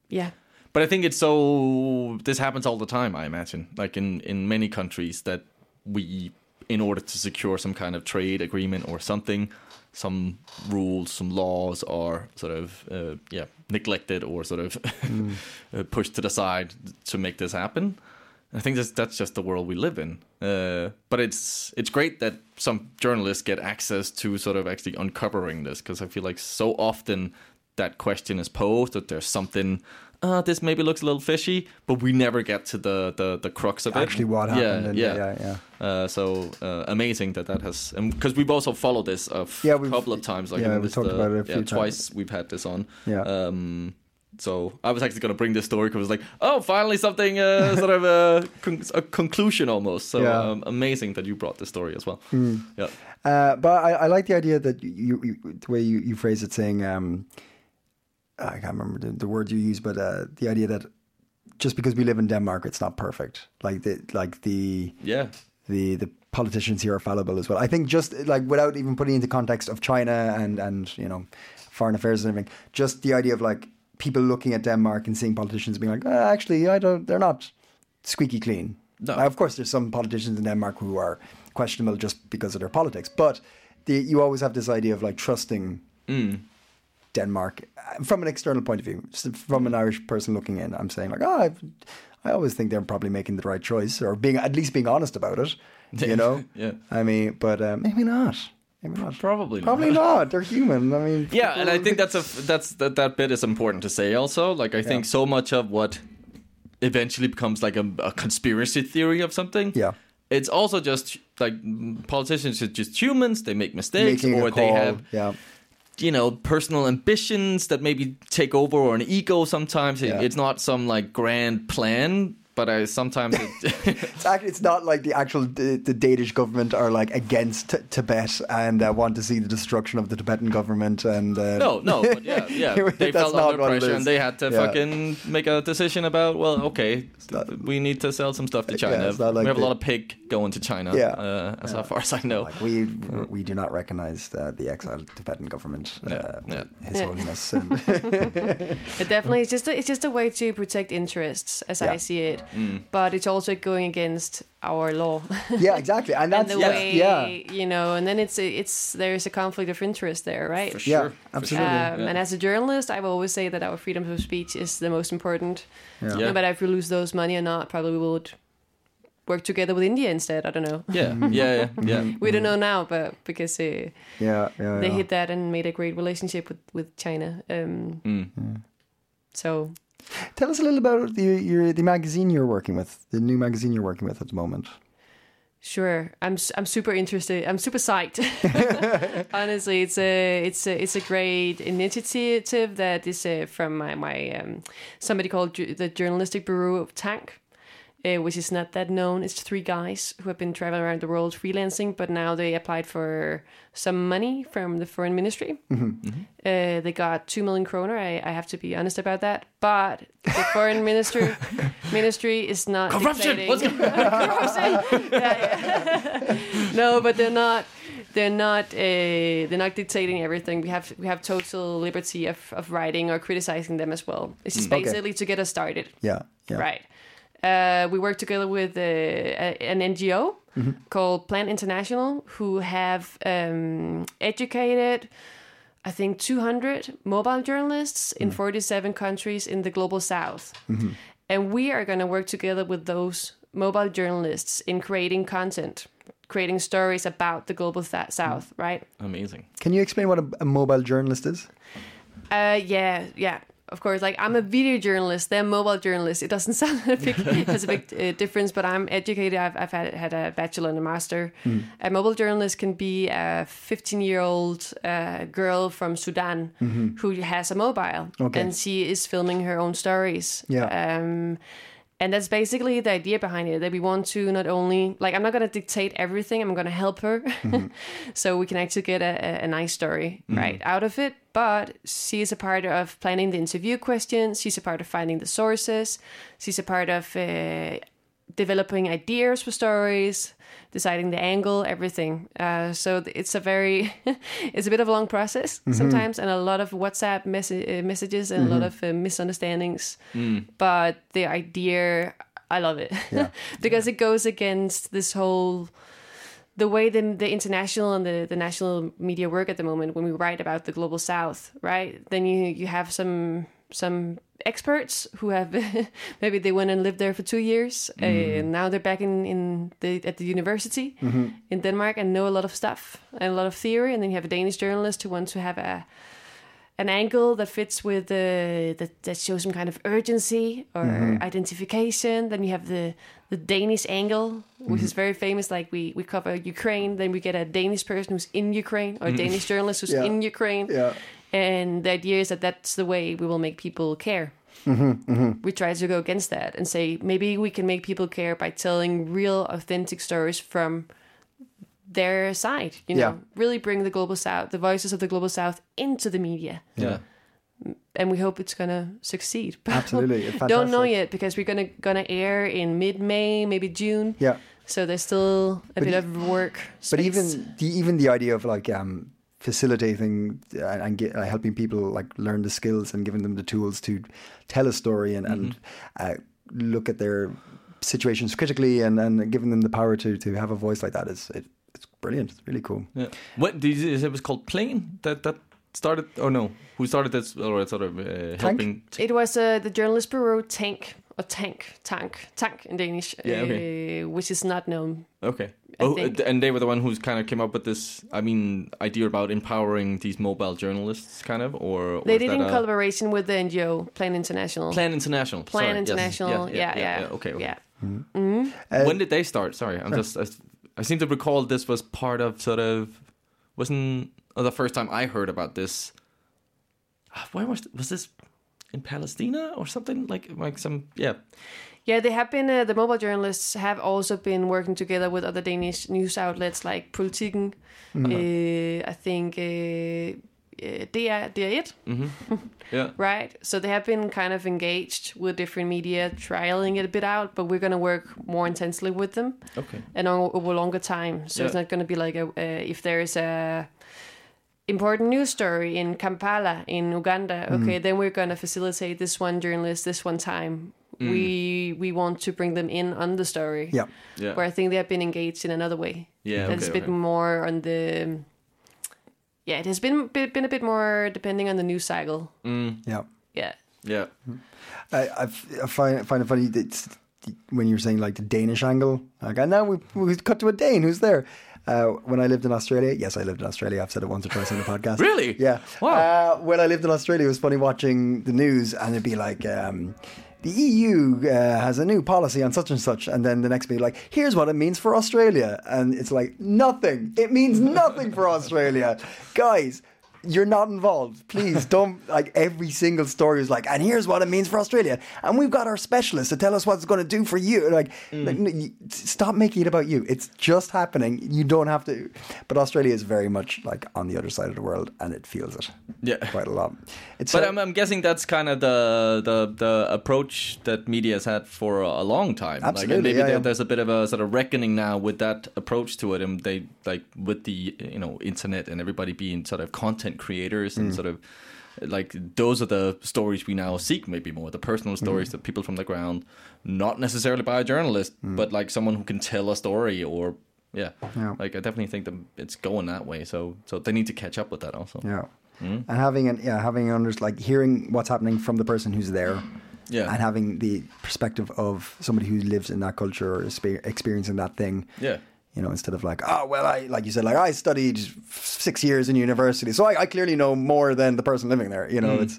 Speaker 4: yeah,
Speaker 3: But I think it's so. This happens all the time, I imagine. Like in in many countries, that we, in order to secure some kind of trade agreement or something, some rules, some laws are sort of uh, yeah neglected or sort of [LAUGHS] uh pushed to the side to make this happen. I think that's that's just the world we live in. Uh, but it's it's great that some journalists get access to sort of actually uncovering this because I feel like so often that question is posed that there's something. Uh, this maybe looks a little fishy, but we never get to the the, the crux of it.
Speaker 2: Actually, what happened?
Speaker 3: Yeah,
Speaker 2: and,
Speaker 3: yeah,
Speaker 2: Yeah. Yeah.
Speaker 3: Uh, so uh, amazing that that has because we've also followed this a f-
Speaker 2: Yeah, we've-
Speaker 3: couple of times. Like
Speaker 2: yeah,
Speaker 3: I mean,
Speaker 2: we
Speaker 3: this
Speaker 2: talked
Speaker 3: the-
Speaker 2: about it a
Speaker 3: yeah,
Speaker 2: few
Speaker 3: twice. We've had this on.
Speaker 2: Yeah.
Speaker 3: Um, so I was actually going to bring this story because like, oh, finally something uh,
Speaker 2: [LAUGHS]
Speaker 3: sort of a, con- a conclusion almost. So
Speaker 2: Yeah.
Speaker 3: um, amazing that you brought this story as well. Yeah.
Speaker 2: Uh, but I, I like the idea that you, you the way you, you phrase it, saying um, I can't remember the, the word you use, but uh, the idea that just because we live in Denmark, it's not perfect. Like the like the
Speaker 3: Yeah.
Speaker 2: the the politicians here are fallible as well. I think just like without even putting into context of China and and you know foreign affairs and everything, just the idea of like people looking at Denmark and seeing politicians being like, "Ah, actually, I don't. They're not squeaky clean.
Speaker 3: No.
Speaker 2: Now, of course, there's some politicians in Denmark who are questionable just because of their politics, but the, you always have this idea of like trusting. Denmark uh, from an external point of view, s- from an Irish person looking in, I'm saying like, oh, I've, I always think they're probably making the right choice or being at least being honest
Speaker 3: [LAUGHS]
Speaker 2: about it. You know?
Speaker 3: Yeah.
Speaker 2: I mean, but um, maybe not. Maybe not.
Speaker 3: Probably not.
Speaker 2: Probably not. They're human. I mean.
Speaker 3: Yeah, and I
Speaker 2: people-
Speaker 3: think that's a f- that's that that bit is important to say also. Like I think so much of what eventually becomes like a, a conspiracy theory of something.
Speaker 2: Yeah.
Speaker 3: It's also just like mm, politicians are just humans. They make mistakes,
Speaker 2: making
Speaker 3: or
Speaker 2: a call.
Speaker 3: they have
Speaker 2: Yeah.
Speaker 3: you know personal ambitions that maybe take over or an ego sometimes It-
Speaker 2: Yeah.
Speaker 3: it's not some like grand plan but I sometimes it,
Speaker 2: [LAUGHS] It's, act, it's not like the actual the, the Danish government are like against t- Tibet and uh, want to see the destruction of the Tibetan government. And uh,
Speaker 3: no, no, but yeah,
Speaker 2: [LAUGHS]
Speaker 3: yeah, they
Speaker 2: That's
Speaker 3: felt
Speaker 2: not
Speaker 3: under
Speaker 2: one of
Speaker 3: pressure
Speaker 2: those.
Speaker 3: and they had to
Speaker 2: Yeah.
Speaker 3: fucking make a decision about well, okay,
Speaker 2: not-
Speaker 3: we need to sell some stuff to China.
Speaker 2: it's not like
Speaker 3: we have
Speaker 2: they-
Speaker 3: a lot of pig going to China,
Speaker 2: Yeah. Oh
Speaker 3: uh, as far as I know.
Speaker 2: Like we we do not recognize uh, the exiled Tibetan government, uh,
Speaker 3: yeah.
Speaker 2: His
Speaker 4: Yeah. [LAUGHS]
Speaker 2: Holiness. And, [LAUGHS]
Speaker 4: It definitely it's just a, it's just a way to protect interests as
Speaker 2: Yeah.
Speaker 4: I see it, but it's also going against our law [LAUGHS]
Speaker 2: yeah, exactly. And
Speaker 4: and
Speaker 2: that's
Speaker 4: the
Speaker 2: yeah,
Speaker 4: way
Speaker 2: yeah,
Speaker 4: you know, and then it's it's there's a conflict of interest there, right?
Speaker 3: For
Speaker 2: yeah,
Speaker 3: Sure, for sure.
Speaker 2: absolutely.
Speaker 4: Um, And as a journalist, I will always say that our freedom of speech is the most important.
Speaker 3: Yeah.
Speaker 4: But if we lose those money or not, probably we would work together with India instead. I don't know.
Speaker 3: Yeah, yeah,
Speaker 4: [LAUGHS]
Speaker 3: yeah, yeah.
Speaker 4: We don't know now, but because uh,
Speaker 2: yeah, Mm. yeah,
Speaker 4: they
Speaker 2: yeah.
Speaker 4: hit that and made a great relationship with with China. Um,
Speaker 2: Mm.
Speaker 4: So
Speaker 2: Tell us a little about the your, the magazine you're working with, the new magazine you're working with at the moment.
Speaker 4: Sure, I'm s- I'm super interested. I'm super psyched. [LAUGHS] Honestly, it's a it's a it's a great initiative that is uh, from my my um, somebody called Ju- the Journalistic Bureau of Tank, uh, which is not that known. It's three guys who have been traveling around the world freelancing, but now they applied for some money from the foreign ministry. Uh, they got two million kroner. I, I have to be honest about that, but the foreign minister ministry is not
Speaker 3: Corruption!
Speaker 4: dictating- [LAUGHS]
Speaker 3: What's going
Speaker 4: Corruption! Yeah, yeah. no, but they're not. They're not. Uh, they're not dictating everything. We have we have total liberty of, of writing or criticizing them as well. It's just
Speaker 2: Okay.
Speaker 4: basically to get us started.
Speaker 2: Yeah, yeah.
Speaker 4: Right. Uh, we work together with uh, a- an NGO called Plan International, who have um, educated, I think, 200 mobile journalists in 47 countries in the global south. And we are going to work together with those mobile journalists in creating content, creating stories about the global tha- south, right?
Speaker 3: Amazing.
Speaker 2: Can you explain what a, a mobile journalist is?
Speaker 4: Uh, yeah, yeah. Of course, like I'm a video journalist, they're mobile journalists. It doesn't [LAUGHS] sound a
Speaker 2: [LAUGHS]
Speaker 4: big, there's a big uh, difference, but I'm educated. I've, I've had had a bachelor and a master.
Speaker 2: Hmm.
Speaker 4: A mobile journalist can be a 15 year old uh, girl from Sudan who has a mobile,
Speaker 2: Mm-hmm. Okay.
Speaker 4: and she is filming her own stories.
Speaker 2: Yeah.
Speaker 4: Um, and that's basically the idea behind it that we want to not only like i'm not going to dictate everything i'm going to help her [LAUGHS] so we can actually get a, a, a nice story right out of it but she is a part of planning the interview questions she's a part of finding the sources she's a part of uh, developing ideas for stories deciding the angle everything uh, so th- it's a very [LAUGHS] it's a bit of a long process sometimes and a lot of whatsapp messa- uh, messages and a lot of uh, misunderstandings but the idea i love it [LAUGHS] because it goes against this whole the way the, the international and the, the national media work at the moment when we write about the global south right then you you have some some experts who have [LAUGHS] maybe they went and lived there for two years and now they're back in, in the at the university in denmark and know a lot of stuff and a lot of theory and then you have a danish journalist who wants to have a an angle that fits with the that, that shows some kind of urgency or
Speaker 2: Mm-hmm.
Speaker 4: identification. Then you have the the Danish angle, which
Speaker 2: Mm-hmm.
Speaker 4: is very famous. Like we we cover Ukraine, then we get a Danish person who's in Ukraine or a Danish journalist who's
Speaker 2: Mm-hmm. Yeah.
Speaker 4: in Ukraine.
Speaker 2: Yeah.
Speaker 4: And the idea is that that's the way we will make people care.
Speaker 2: Mm-hmm,
Speaker 4: We try to go against that and say maybe we can make people care by telling real, authentic stories from their side. You know,
Speaker 2: Yeah.
Speaker 4: really bring the global south, the voices of the global south into the media
Speaker 3: Yeah.
Speaker 4: and we hope it's gonna succeed. [LAUGHS] But
Speaker 2: Absolutely, fantastic.
Speaker 4: don't know yet because we're gonna gonna air in mid May, maybe June.
Speaker 2: Yeah.
Speaker 4: So there's still a bit
Speaker 2: e-
Speaker 4: of work.
Speaker 2: But
Speaker 4: Space.
Speaker 2: even the even the idea of like um, facilitating uh, and get, uh, helping people like learn the skills and giving them the tools to tell a story and, and uh, look at their situations critically and, and giving them the power to, to have a voice like that is it, it's brilliant. It's really cool.
Speaker 3: Yeah. What did you, it was called plane that that started or no? Who started this or sort of uh, helping?
Speaker 4: it was uh, the journalist bureau Tank or Tank Tank Tank in Danish,
Speaker 3: Yeah,
Speaker 4: uh, which is not known.
Speaker 3: Okay.
Speaker 4: I
Speaker 3: oh,
Speaker 4: think.
Speaker 3: and they were the one who's kind of came up with this. I mean, idea about empowering these mobile journalists, kind of, or, or
Speaker 4: They
Speaker 3: is
Speaker 4: did
Speaker 3: that
Speaker 4: in
Speaker 3: a-
Speaker 4: collaboration with the NGO Plan International.
Speaker 3: Plan International.
Speaker 4: Plan
Speaker 3: Sorry, yes.
Speaker 4: International. Yeah, yeah,
Speaker 3: Okay. okay.
Speaker 4: yeah.
Speaker 3: when did they start? Sorry, I'm just. I, I seem to recall this was part of sort of wasn't oh, the first time I heard about this. Ah, Where was was this in Palestina or something like like some yeah
Speaker 4: Yeah, they have been. Uh, the mobile journalists have also been working together with other Danish news outlets like Politiken.
Speaker 3: Mm-hmm.
Speaker 4: Uh, I think uh, uh, DR, DR1,
Speaker 3: Mm-hmm.
Speaker 4: [LAUGHS]
Speaker 3: Yeah.
Speaker 4: right? So they have been kind of engaged with different media, trialing it a bit out. But we're going to work more intensely with them
Speaker 3: Okay.
Speaker 4: and on, over longer time. So it's
Speaker 3: Yeah.
Speaker 4: not going to be like a, uh, if there is a important news story in Kampala in Uganda.
Speaker 3: Mm-hmm.
Speaker 4: Okay, then we're going to facilitate this one journalist this one time. We we want to bring them in on the story.
Speaker 2: Yeah.
Speaker 3: Mm. Yeah.
Speaker 4: Where I think they have been engaged in another way.
Speaker 3: Yeah,
Speaker 4: That's
Speaker 3: okay,
Speaker 4: a bit
Speaker 3: okay.
Speaker 4: more on the. Yeah, it has been been been a bit more depending on the news cycle.
Speaker 3: Mm.
Speaker 2: Yeah.
Speaker 4: Yeah.
Speaker 3: Yeah.
Speaker 2: I, I f- I find, I find it funny that it's- when you're saying like the Danish angle, like, and now we, we cut to a Dane who's there. Uh, when I lived in Australia, yes, I lived in Australia. I've said it once or twice on the podcast.
Speaker 3: Really?
Speaker 2: Yeah.
Speaker 3: Wow.
Speaker 2: Uh, when I lived in Australia, it was funny watching the news, and it'd be like, um, the EU uh, has a new policy on such and such, and then the next be like, here's what it means for Australia, and it's like nothing. It means nothing for Australia, guys. You're not involved. Please don't like every single story is like, and here's what it means for Australia, and we've got our specialists to tell us what it's going to do for you. Like, like, n- you- stop making it about you. It's just happening. You don't have to. But Australia is very much like on the other side of the world, and it feels it.
Speaker 3: Yeah.
Speaker 2: quite a lot. It's
Speaker 3: But
Speaker 2: uh,
Speaker 3: I'm, I'm guessing that's kind of the, the the approach that media has had for a long time. like,
Speaker 2: Absolutely,
Speaker 3: and maybe
Speaker 2: yeah,
Speaker 3: there,
Speaker 2: yeah.
Speaker 3: there's a bit of a sort of reckoning now with that approach to it, and they like with the you know internet and everybody being sort of content creators
Speaker 2: Mm.
Speaker 3: and sort of like those are the stories we now seek maybe more the personal
Speaker 2: Mm-hmm.
Speaker 3: stories that people from the ground, not necessarily by a journalist,
Speaker 2: Mm.
Speaker 3: but like someone who can tell a story or. Yeah. like I definitely think that it's going that way. So, so they need to catch up with that also.
Speaker 2: Yeah.
Speaker 3: Hmm?
Speaker 2: And having an yeah, having an under like hearing what's happening from the person who's there.
Speaker 3: Yeah.
Speaker 2: And having the perspective of somebody who lives in that culture or exper- experiencing that thing.
Speaker 3: Yeah.
Speaker 2: You know, instead of like, oh well, I like you said, like I studied f- six years in university, so I, I clearly know more than the person living there. You
Speaker 3: Hmm.
Speaker 2: know, it's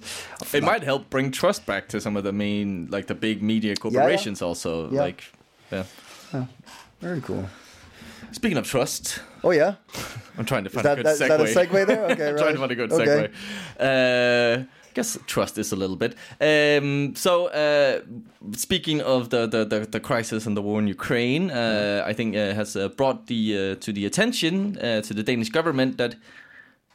Speaker 3: It might help bring trust back to some of the main, like the big media corporations. Also,
Speaker 2: Yeah.
Speaker 3: like, yeah.
Speaker 2: very cool.
Speaker 3: Speaking of trust,
Speaker 2: Oh yeah,
Speaker 3: I'm trying to find
Speaker 2: that,
Speaker 3: a good
Speaker 2: that, is
Speaker 3: segue.
Speaker 2: that a
Speaker 3: [LAUGHS]
Speaker 2: segue there? Okay,
Speaker 3: I'm
Speaker 2: right.
Speaker 3: trying to find a good segue.
Speaker 2: okay.
Speaker 3: Uh, I guess trust is a little bit. Um, so, uh, speaking of the, the, the, the crisis and the war in Ukraine, uh, I think uh, has uh, brought the uh, to the attention uh, to the Danish government that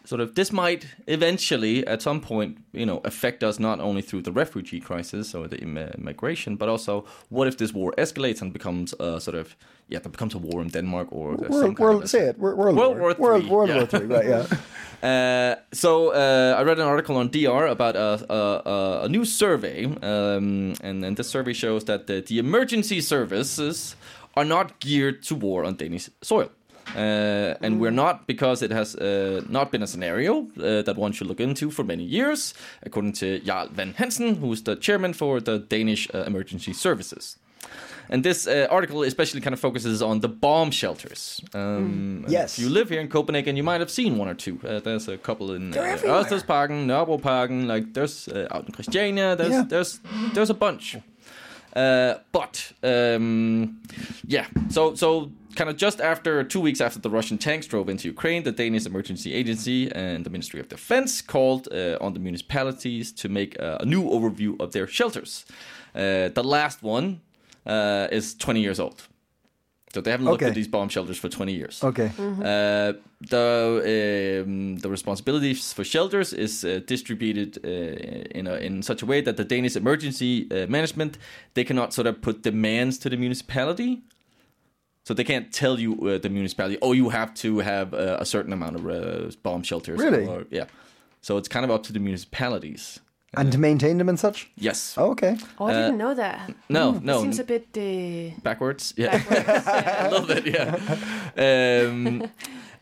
Speaker 3: sort of this might eventually at some point you know affect us not only through the refugee crisis or the immi- immigration but also what if this war escalates and becomes a sort of yeah that becomes a war in Denmark or some
Speaker 2: World,
Speaker 3: kind of
Speaker 2: world,
Speaker 3: a-
Speaker 2: say it. Wor- World,
Speaker 3: World
Speaker 2: War,
Speaker 3: War
Speaker 2: World,
Speaker 3: Three,
Speaker 2: World
Speaker 3: yeah.
Speaker 2: War Three. Right.
Speaker 3: [LAUGHS]
Speaker 2: Yeah.
Speaker 3: Uh, so uh, I read an article on DR about a, a, a, a new survey, um, and, and this survey shows that the, the emergency services are not geared to war on Danish soil. Uh, and we're not because it has uh, not been a scenario uh, that one should look into for many years, according to Jarl Van Hansen, who is the chairman for the Danish uh, Emergency Services. And this uh, article especially kind of focuses on the bomb shelters. Um, and
Speaker 2: Yes.
Speaker 3: If you live here in Copenhagen, you might have seen one or two. Uh, there's a couple in uh,
Speaker 2: They're everywhere.
Speaker 3: Ørstedsparken, Nørrebroparken, like there's uh, out in Christiania. There's
Speaker 2: Yeah. Oh.
Speaker 3: there's there's a bunch. Uh, but um, yeah, so so kind of just after two weeks after the Russian tanks drove into Ukraine, the Danish Emergency Agency and the Ministry of Defense called uh, on the municipalities to make uh, a new overview of their shelters. Uh, the last one uh, is 20 years old. So they haven't looked
Speaker 2: Okay.
Speaker 3: at these bomb shelters for 20 years.
Speaker 2: Okay.
Speaker 4: Mm-hmm.
Speaker 3: Uh, the um, the responsibilities for shelters is uh, distributed uh, in a, in such a way that the Danish emergency uh, management they cannot sort of put demands to the municipality. So they can't tell you uh, the municipality, oh, you have to have uh, a certain amount of uh, bomb shelters.
Speaker 2: Really?
Speaker 3: Or, yeah. So it's kind of up to the municipalities.
Speaker 2: And to maintain them and such.
Speaker 3: Yes.
Speaker 2: Oh, okay.
Speaker 4: Oh, I didn't know that.
Speaker 3: Uh, No. No.
Speaker 4: Hmm. Seems a bit. Uh,
Speaker 3: backwards. Yeah,
Speaker 4: [LAUGHS]
Speaker 3: a little bit. Yeah, um,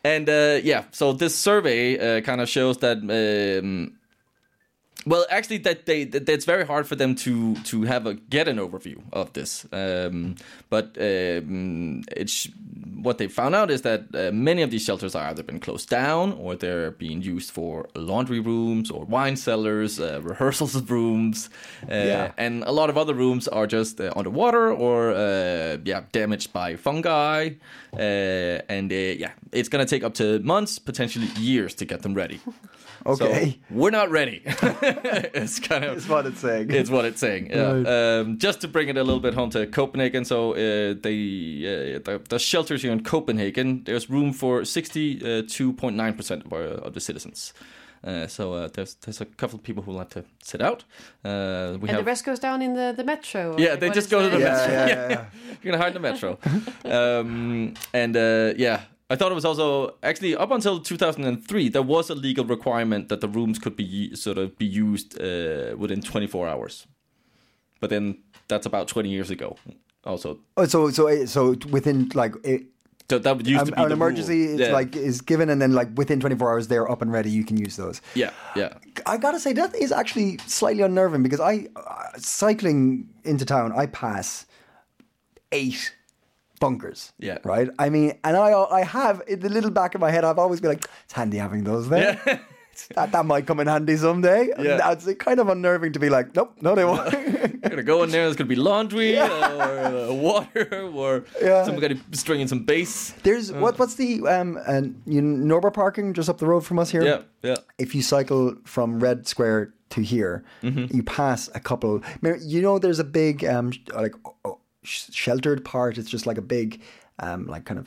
Speaker 3: and uh, yeah. So this survey uh, kind of shows that. Um, well, actually, that they that it's very hard for them to to have a get an overview of this. Um, but um, it's what they found out is that uh, many of these shelters are either been closed down or they're being used for laundry rooms or wine cellars, uh, rehearsals rooms, uh,
Speaker 2: Yeah.
Speaker 3: and a lot of other rooms are just uh, underwater or uh, yeah damaged by fungi, uh, and uh, yeah, it's gonna take up to months, potentially years, to get them ready.
Speaker 2: Okay. [LAUGHS]
Speaker 3: So we're not ready. [LAUGHS] it's kind of
Speaker 2: That's what it's saying.
Speaker 3: it's what it's saying. Yeah. Um, just to bring it a little bit home to Copenhagen, so uh, they uh, the, the shelters here in Copenhagen, there's room for 62.9 percent of, our- of the citizens. Uh, so uh, there's there's a couple of people who will have to sit out. Uh, we
Speaker 4: and
Speaker 3: have
Speaker 4: the rest goes down in the, the metro. or
Speaker 3: Yeah,
Speaker 4: like,
Speaker 3: they
Speaker 4: what
Speaker 3: just
Speaker 4: is
Speaker 3: go to the
Speaker 2: yeah,
Speaker 3: metro.
Speaker 2: yeah,
Speaker 3: [LAUGHS]
Speaker 2: yeah, yeah.
Speaker 3: you're gonna hide in the [LAUGHS] metro. um, and uh, yeah, I thought it was also actually up until 2003 there was a legal requirement that the rooms could be u- sort of be used uh, within 24 hours, but then that's about 20 years ago. Also,
Speaker 2: Oh, so so it- so within like it,
Speaker 3: so that would used
Speaker 2: um,
Speaker 3: to be
Speaker 2: an
Speaker 3: the
Speaker 2: emergency
Speaker 3: rule.
Speaker 2: is
Speaker 3: Yeah.
Speaker 2: like is given, and then like within 24 hours they're up and ready. You can use those.
Speaker 3: yeah, yeah, [LAUGHS]
Speaker 2: I gotta say that is actually slightly unnerving because I uh, cycling into town, I pass eight bunkers.
Speaker 3: Yeah.
Speaker 2: Right. I mean, and I I have in the little back of my head, I've always been like, it's handy having those there. [LAUGHS] that that might come in handy someday.
Speaker 3: Yeah.
Speaker 2: And It's kind of unnerving to be like, nope, no, they
Speaker 3: [LAUGHS]
Speaker 2: won't.
Speaker 3: you're gonna go in there. There's gonna be laundry or uh, water [LAUGHS] or
Speaker 2: Yeah.
Speaker 3: someone gonna be stringing some bass.
Speaker 2: There's what what's the um and you know, Norbert parking just up the road from us here.
Speaker 3: Yeah, yeah.
Speaker 2: if you cycle from Red Square to here,
Speaker 3: Mm-hmm.
Speaker 2: you pass a couple. Mer- You know, there's a big um sh- like oh, oh, sh- sheltered part. It's just like a big um like kind of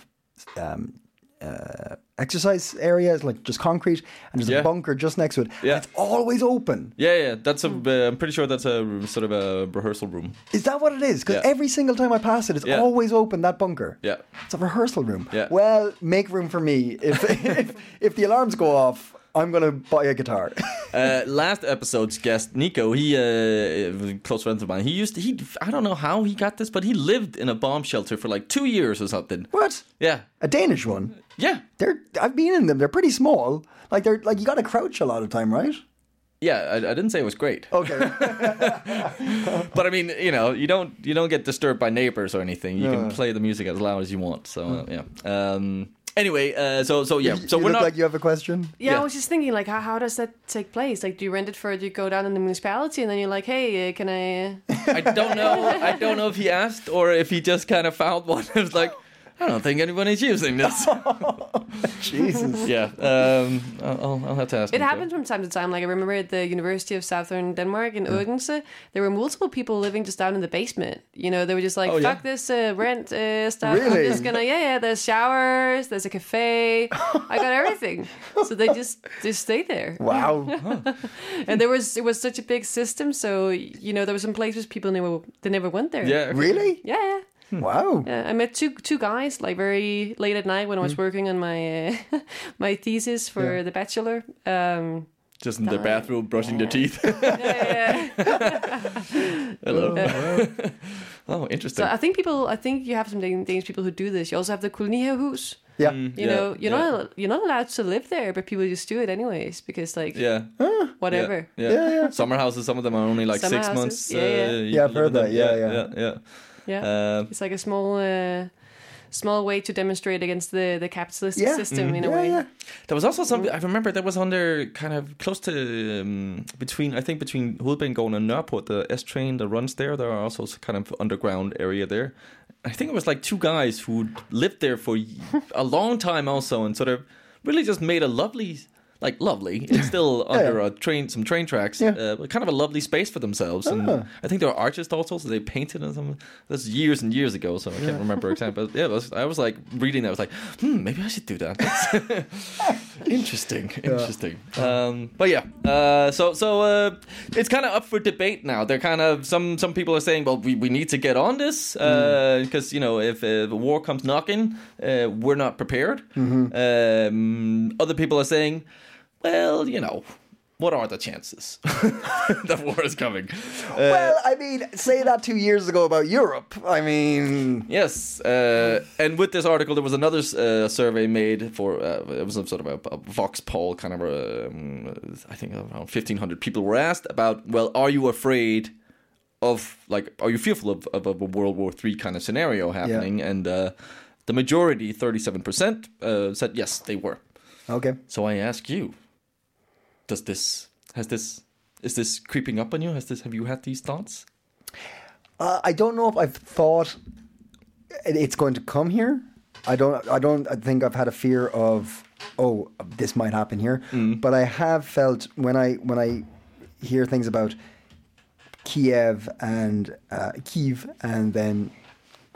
Speaker 2: um. Uh, exercise area It's like just concrete, and there's a
Speaker 3: Yeah.
Speaker 2: bunker just next to it.
Speaker 3: Yeah.
Speaker 2: and it's always open.
Speaker 3: Yeah, yeah, that's a. Uh, I'm pretty sure that's a sort of a rehearsal room.
Speaker 2: Is that what it is? Because
Speaker 3: Yeah.
Speaker 2: every single time I pass it, it's
Speaker 3: Yeah.
Speaker 2: always open. That bunker.
Speaker 3: Yeah.
Speaker 2: it's a rehearsal room.
Speaker 3: Yeah.
Speaker 2: Well, make room for me. If [LAUGHS] if, if the alarms go off, I'm gonna buy a
Speaker 3: [LAUGHS]
Speaker 2: guitar.
Speaker 3: Uh, last episode's guest, Nico, he uh, close friend of mine. He used to, he I don't know how he got this, but he lived in a bomb shelter for like two years or something.
Speaker 2: what?
Speaker 3: Yeah,
Speaker 2: A Danish one.
Speaker 3: yeah,
Speaker 2: They're I've been in them. They're pretty small. Like they're like you got to crouch a lot of time, right?
Speaker 3: yeah. I, I didn't say it was great,
Speaker 2: [LAUGHS] Okay.
Speaker 3: but I mean, you know, you don't you don't get disturbed by neighbors or anything. You can play the music as loud as you want. So uh, yeah. Um, anyway, uh, so so yeah, so
Speaker 2: you
Speaker 3: we're
Speaker 2: look
Speaker 3: not.
Speaker 2: like you have a question.
Speaker 4: Yeah,
Speaker 3: Yeah.
Speaker 4: I was just thinking, like, how, how does that take place? Like, do you rent it for? Do you go down in the municipality and then you're like, hey, uh, can
Speaker 3: [LAUGHS]
Speaker 4: I? Uh...
Speaker 3: I don't know. I don't know if he asked or if he just kind of found one. [LAUGHS] It was like. I don't think anyone is using this.
Speaker 4: [LAUGHS]
Speaker 2: Jesus.
Speaker 3: yeah, um, I'll, I'll- I'll have to ask.
Speaker 4: It
Speaker 3: Nico.
Speaker 4: happens from time to time. Like, I remember at the University of Southern Denmark in Odense, there were multiple people living just down in the basement. You know, they were just like,
Speaker 3: Oh, yeah.
Speaker 4: fuck this uh, rent uh, stuff.
Speaker 2: Really?
Speaker 4: I'm just gonna, yeah, yeah. There's showers. There's a cafe. I got everything. so they just just stay
Speaker 3: [LAUGHS]
Speaker 4: there.
Speaker 2: Wow.
Speaker 4: And there was it was such a big system. So you know, there were some places people never they never went there.
Speaker 3: Yeah.
Speaker 2: really?
Speaker 4: Yeah.
Speaker 2: Wow.
Speaker 4: Yeah, Uh, I met two two guys like very late at night when I
Speaker 2: Mm.
Speaker 4: was working on my uh, [LAUGHS] my thesis for the bachelor. Um,
Speaker 3: Just in the
Speaker 4: Done.
Speaker 3: bathroom, brushing
Speaker 2: Oh.
Speaker 3: their teeth. [LAUGHS]
Speaker 2: [LAUGHS]
Speaker 4: [LAUGHS]
Speaker 3: Hello. [LAUGHS] oh,
Speaker 4: so
Speaker 3: interesting.
Speaker 4: I think people, I think you have some Dan- Danish people who do this. You also have the kulnihehus.
Speaker 2: Yeah.
Speaker 4: You
Speaker 3: Yeah,
Speaker 4: know, you're
Speaker 3: yeah.
Speaker 4: not you're not allowed to live there, but people just do it anyways because like
Speaker 3: Yeah.
Speaker 4: whatever.
Speaker 3: Yeah. Yeah. Summer houses. Some of them are only like
Speaker 4: Summer
Speaker 3: six
Speaker 4: houses,
Speaker 3: months. uh,
Speaker 4: yeah, yeah.
Speaker 3: you
Speaker 2: Yeah, I've
Speaker 3: can live
Speaker 2: heard
Speaker 3: in them.
Speaker 2: that, yeah,
Speaker 3: Yeah. Yeah.
Speaker 4: Yeah,
Speaker 3: yeah. Um,
Speaker 4: it's like a small uh, small way to demonstrate against the the capitalist
Speaker 2: Yeah. Mm-hmm.
Speaker 4: system in a
Speaker 2: Yeah,
Speaker 4: way.
Speaker 2: yeah.
Speaker 3: There was also something I remember that was under kind of close to um, between I think between Hulbengården and Nørreport, the S train that runs there. There are also s- kind of underground area there. I think it was like two guys who lived there for y- a long time also, and sort of really just made a lovely. Like lovely, it's still under a train, some train tracks,
Speaker 2: Yeah.
Speaker 3: uh, but kind of a lovely space for themselves. And I think there were artists also, so they painted and some. That's years and years ago, so I can't remember exactly. But yeah, it was, I was like reading that, I was like, hmm, maybe I should do that. Interesting, interesting. Um, but yeah, uh, so so uh, it's kind of up for debate now. They're kind of some some people are saying, well, we, we need to get on this because you know if uh, the war comes knocking, uh, we're not prepared. Um, other people are saying, well, you know, what are the chances [LAUGHS] that war is coming? Uh,
Speaker 2: well, I mean, say that two years ago about Europe. I mean,
Speaker 3: Yes, uh, and with this article, there was another uh, survey made for uh, it was some sort of a, a Vox poll, kind of um, I think around fifteen hundred people were asked about. Well, are you afraid of like are you fearful of, of, a World War Three kind of scenario happening? And uh, The majority, 37%, uh, said yes, they were.
Speaker 2: Okay.
Speaker 3: So I ask you, does this has this is this creeping up on you? Has this have you had these thoughts?
Speaker 2: Uh, I don't know if I've thought it- it's going to come here. I don't. I don't. I think I've had a fear of oh, this might happen here.
Speaker 3: Mm-hmm.
Speaker 2: But I have felt when I when I hear things about Kiev and uh, Kiev and then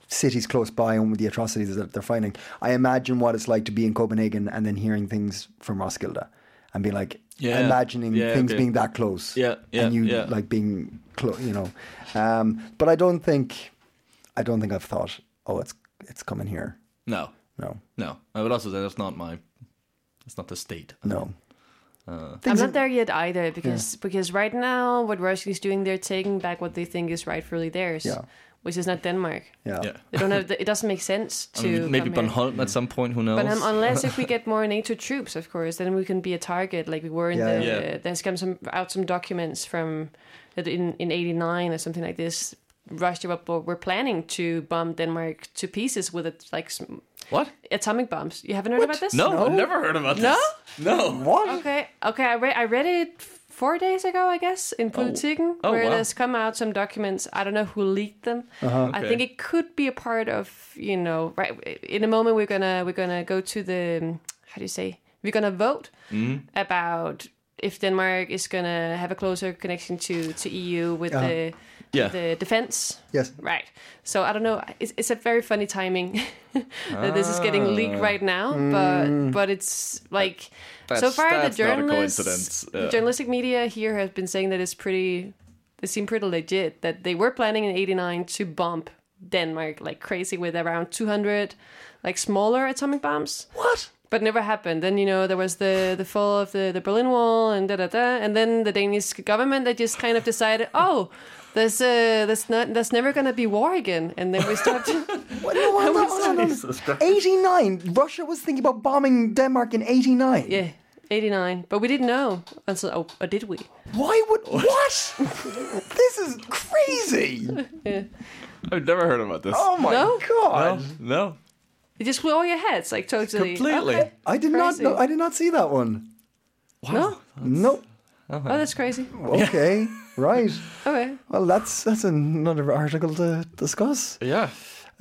Speaker 2: cities close by and with the atrocities that they're finding, I imagine what it's like to be in Copenhagen and then hearing things from Roskilde and be like
Speaker 3: Yeah.
Speaker 2: imagining
Speaker 3: Yeah,
Speaker 2: things
Speaker 3: okay.
Speaker 2: being that close
Speaker 3: Yeah, yeah,
Speaker 2: and you
Speaker 3: yeah.
Speaker 2: like being close, you know. Um, but I don't think, I don't think I've thought, oh, it's it's coming here.
Speaker 3: No,
Speaker 2: No,
Speaker 3: no. I would also say that's not my that's not the state.
Speaker 2: no.
Speaker 4: I'm
Speaker 2: Things
Speaker 4: not there yet either because because right now what Russia is doing, they're taking back what they think is rightfully theirs,
Speaker 2: Yeah.
Speaker 4: which is not Denmark.
Speaker 2: Yeah.
Speaker 3: Yeah.
Speaker 4: They don't have. The, it doesn't make sense
Speaker 3: I
Speaker 4: to
Speaker 3: mean, maybe
Speaker 4: come here.
Speaker 3: Bornholm at some point. Who knows?
Speaker 4: But um, unless
Speaker 3: [LAUGHS]
Speaker 4: if we get more NATO troops, of course, then we can be a target like we were in
Speaker 2: Yeah,
Speaker 4: the. uh,
Speaker 3: yeah. Yeah.
Speaker 4: There's come some out some documents from that in in '89 or something like this. Russia were, were planning to bomb Denmark to pieces with it, like some
Speaker 3: what?
Speaker 4: atomic bombs. You haven't heard about this?
Speaker 3: No, I've never heard about
Speaker 4: No?
Speaker 3: this. No.
Speaker 2: What?
Speaker 4: Okay. Okay. I read. I read it four days ago, I guess, in
Speaker 3: Oh,
Speaker 4: Politiken, where
Speaker 3: wow. Uh-huh.
Speaker 4: there's come out some documents. I don't know who leaked them. I think
Speaker 3: Okay.
Speaker 4: it could be a part of you know. Right. In a moment, we're gonna we're gonna go to the um, how do you say we're gonna vote
Speaker 3: Mm-hmm.
Speaker 4: about if Denmark is gonna have a closer connection to to EU with
Speaker 3: Uh-huh.
Speaker 4: the
Speaker 3: Yeah.
Speaker 4: the defense.
Speaker 2: Yes.
Speaker 4: [LAUGHS] Right. So I don't know. It's, it's a very funny timing [LAUGHS] that this is getting
Speaker 3: Ah.
Speaker 4: leaked right now, but but it's like so
Speaker 3: That's-
Speaker 4: far the
Speaker 3: Mm. that's not a
Speaker 4: journalists,
Speaker 3: coincidence. Yeah.
Speaker 4: the journalistic media here has been saying that it's pretty. They seem pretty legit that they were planning in '89 to bomb Denmark like crazy with around 200 like smaller atomic bombs.
Speaker 2: What?
Speaker 4: But never happened. Then you know there was the the fall of the, the Berlin Wall and da da da, and then the Danish government they just kind of decided, [LAUGHS] oh, there's uh, there's not there's never gonna be war again, and then we stopped.
Speaker 3: [LAUGHS]
Speaker 2: What? No, no, no, no, no. Eighty-nine. Russia was thinking about bombing Denmark in eighty-nine.
Speaker 4: yeah, eighty nine. But we didn't know until oh, or did we?
Speaker 2: Why would what? this is crazy.
Speaker 3: I've never heard about this.
Speaker 2: Oh my
Speaker 4: No?
Speaker 2: god.
Speaker 3: no.
Speaker 4: It just flew over your heads like totally.
Speaker 3: Completely.
Speaker 4: Okay.
Speaker 2: I did not
Speaker 4: Crazy.
Speaker 2: know. I did not see that one.
Speaker 4: No,
Speaker 2: No.
Speaker 4: oh that's crazy.
Speaker 2: Okay. Right.
Speaker 4: Okay,
Speaker 2: Well, that's that's another article to discuss.
Speaker 3: Yeah.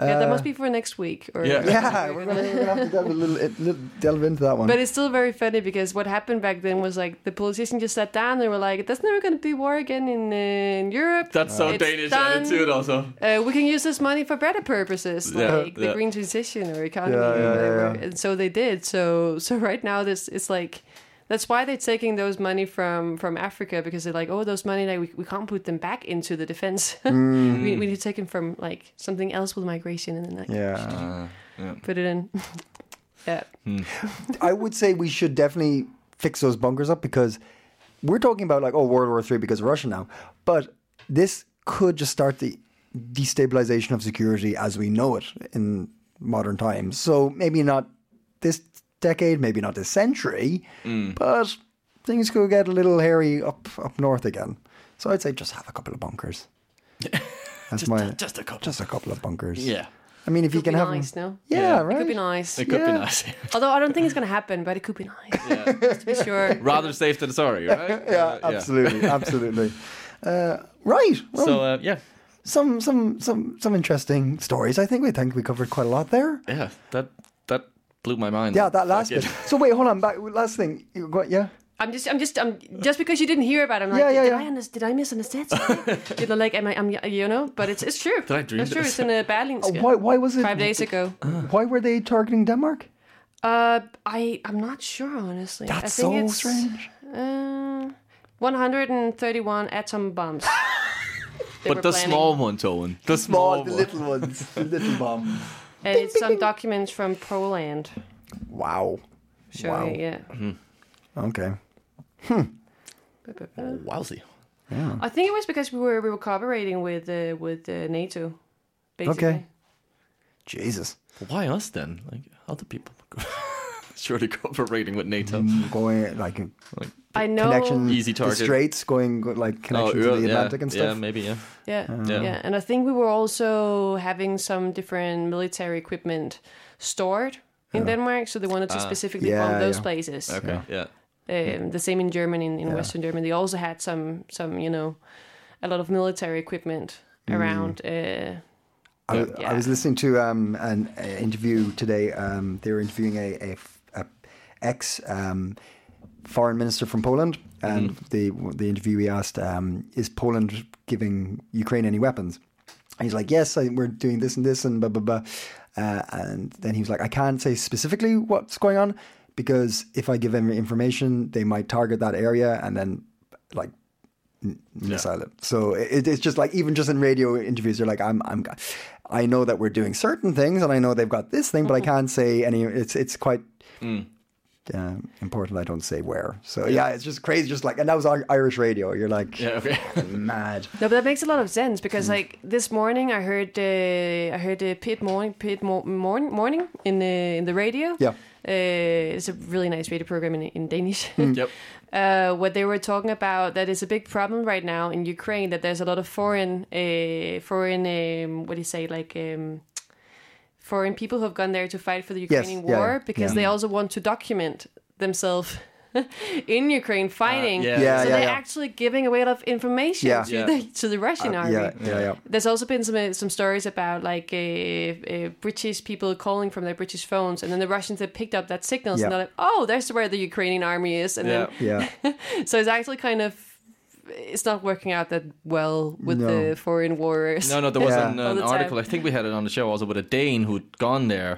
Speaker 4: yeah, that must be for next week. Or
Speaker 3: Uh, Yeah.
Speaker 4: [LAUGHS]
Speaker 2: Yeah, we're gonna, we're gonna have to delve a little, a little delve into that one.
Speaker 4: But it's still very funny because what happened back then was like the politicians just sat down. They were like, "There's never going to be war again in, uh, in Europe.
Speaker 3: That's so
Speaker 4: It's
Speaker 3: Danish
Speaker 4: done.
Speaker 3: attitude also.
Speaker 4: uh, we can use this money for better purposes, like
Speaker 3: Yeah,
Speaker 4: the
Speaker 3: yeah.
Speaker 4: green transition or economy,
Speaker 2: Yeah, yeah,
Speaker 4: or whatever.
Speaker 2: yeah, yeah.
Speaker 4: And so they did. So so right now this it's like that's why they're taking those money from from Africa because they're like, oh, those money like we, we can't put them back into the defense. [LAUGHS] we, we need to take them from like something else with migration and then like
Speaker 2: Mm. yeah,
Speaker 4: put it in. [LAUGHS] yeah,
Speaker 2: I would say we should definitely fix those bunkers up because we're talking about like oh World War Three because of Russia now, but this could just start the destabilization of security as we know it in modern times. So maybe not this decade, maybe not this century,
Speaker 3: Mm.
Speaker 2: but things could get a little hairy up up north again. So I'd say just have a couple of
Speaker 3: [LAUGHS]
Speaker 2: bunkers. That's my
Speaker 3: Just a couple.
Speaker 2: just a couple of bunkers.
Speaker 3: yeah.
Speaker 2: I mean, if you can
Speaker 4: could be
Speaker 2: have
Speaker 4: nice, no?
Speaker 2: Yeah, right.
Speaker 4: It could be nice.
Speaker 3: It could be
Speaker 2: Yeah.
Speaker 3: nice. [LAUGHS]
Speaker 4: Although I don't think it's gonna happen, but it could be nice. [LAUGHS] Just to be sure.
Speaker 3: Rather safe than sorry,
Speaker 4: [LAUGHS]
Speaker 3: right?
Speaker 2: Yeah,
Speaker 3: [LAUGHS]
Speaker 2: absolutely, absolutely. Uh, right. Well,
Speaker 3: So uh, yeah,
Speaker 2: some some some some interesting stories. I think we think we covered quite a lot there.
Speaker 3: yeah, that that blew my mind.
Speaker 2: Yeah, that last
Speaker 3: Fuck
Speaker 2: bit.
Speaker 3: it.
Speaker 2: So wait, hold on. Back last thing. You got yeah.
Speaker 4: I'm just, I'm just, I'm just because you didn't hear about it. I'm like,
Speaker 2: Yeah, yeah,
Speaker 4: did,
Speaker 2: yeah.
Speaker 4: I under- did I misunderstand something? [LAUGHS] you know, like, am I, am, you know? But it's, it's true. Did
Speaker 3: I dream
Speaker 4: It's true.
Speaker 3: this?
Speaker 4: It's in uh,
Speaker 2: [LAUGHS]
Speaker 4: Berlingske.
Speaker 2: Oh, Why why was it Uh,
Speaker 4: Five days ago.
Speaker 2: Why were they targeting Denmark?
Speaker 4: Uh, I, I'm not sure honestly. I
Speaker 2: That's
Speaker 4: think
Speaker 2: so
Speaker 4: it's,
Speaker 2: strange.
Speaker 4: Uh, 131 atom
Speaker 2: [LAUGHS]
Speaker 4: bombs. They were
Speaker 3: But the
Speaker 4: planning.
Speaker 3: small one, Owen. The small, one.
Speaker 2: ones, Oh, the little bombs.
Speaker 4: And it's some documents from Poland
Speaker 2: Wow.
Speaker 4: showing it. Yeah.
Speaker 2: Okay.
Speaker 3: Wowsy.
Speaker 4: I think it was because we were we were cooperating with uh, with uh, NATO. Basically.
Speaker 2: Okay. Jesus.
Speaker 3: Why us then? [LAUGHS]
Speaker 2: Mm.
Speaker 3: Like other people. Surely cooperating with NATO.
Speaker 2: Going like
Speaker 4: I know.
Speaker 2: connection,
Speaker 3: Easy
Speaker 2: the
Speaker 3: target.
Speaker 2: straits going go- like connection to
Speaker 3: Ur-
Speaker 2: the
Speaker 3: uh, yeah,
Speaker 2: Atlantic and
Speaker 3: Yeah,
Speaker 2: stuff.
Speaker 3: maybe, yeah.
Speaker 4: Yeah,
Speaker 3: Yeah.
Speaker 2: Um,
Speaker 4: yeah, And I think we were also having some different military equipment stored in Denmark, so they wanted to specifically
Speaker 2: Yeah,
Speaker 4: bomb those
Speaker 2: yeah.
Speaker 4: places.
Speaker 3: Okay, yeah.
Speaker 4: Um, the same in Germany, in, in Western Germany, they also had some some you know a lot of military equipment
Speaker 2: Mm.
Speaker 4: around. Uh,
Speaker 2: I, w- I
Speaker 4: Yeah.
Speaker 2: was listening to um, an uh, interview today. Um, they were interviewing a, a f- a ex um, foreign minister from Poland, and the the interviewee asked, um, "Is Poland giving Ukraine any weapons?" And he's like, "Yes, I, we're doing this and this and blah blah blah." Uh, and then he was like, "I can't say specifically what's going on because if I give them information, they might target that area and then like missile it. So it, it's just like even just in radio interviews, they're like, I'm, I'm, I know that we're doing certain things, and I know they've got this thing, but I can't say any. It's it's quite. Uh, important. I don't say where. So yeah, it's just crazy. Just like, and that was Ir- Irish radio. You're like,
Speaker 3: Yeah, okay. [LAUGHS]
Speaker 2: mad.
Speaker 4: No, but that makes a lot of sense because
Speaker 2: Mm.
Speaker 4: like this morning I heard uh, I heard uh, Pete morning Pete Mo- morning morning in uh, in the radio.
Speaker 2: Yeah.
Speaker 4: uh, it's a really nice radio program in, in Danish. [LAUGHS]
Speaker 3: yep.
Speaker 4: uh, what they were talking about that is a big problem right now in Ukraine that there's a lot of foreign uh, foreign um, what do you say like. Um, foreign people who have gone there to fight for the
Speaker 2: yeah,
Speaker 4: Ukrainian war
Speaker 2: yeah.
Speaker 4: because they also want to document themselves [LAUGHS] in Ukraine fighting.
Speaker 3: Uh, yeah.
Speaker 2: Yeah, yeah,
Speaker 4: so they're
Speaker 2: yeah.
Speaker 4: actually giving away a lot of information
Speaker 2: Yeah. Uh,
Speaker 4: to,
Speaker 3: Yeah.
Speaker 4: The, to the Russian army.
Speaker 2: Yeah, yeah, yeah.
Speaker 4: There's also been some uh, some stories about like uh, uh, British people calling from their British phones, and then the Russians have picked up that signals,
Speaker 2: Yeah.
Speaker 4: and they're like, "Oh, that's where the Ukrainian army is," and
Speaker 3: Yeah.
Speaker 2: Yeah,
Speaker 4: then so it's actually kind of it's not working out that well with
Speaker 2: No.
Speaker 4: the foreign wars.
Speaker 3: No, no, there was
Speaker 2: Yeah.
Speaker 3: an,
Speaker 4: All
Speaker 3: an
Speaker 4: the time.
Speaker 3: article. I think we had it on the show also with a Dane who'd gone there,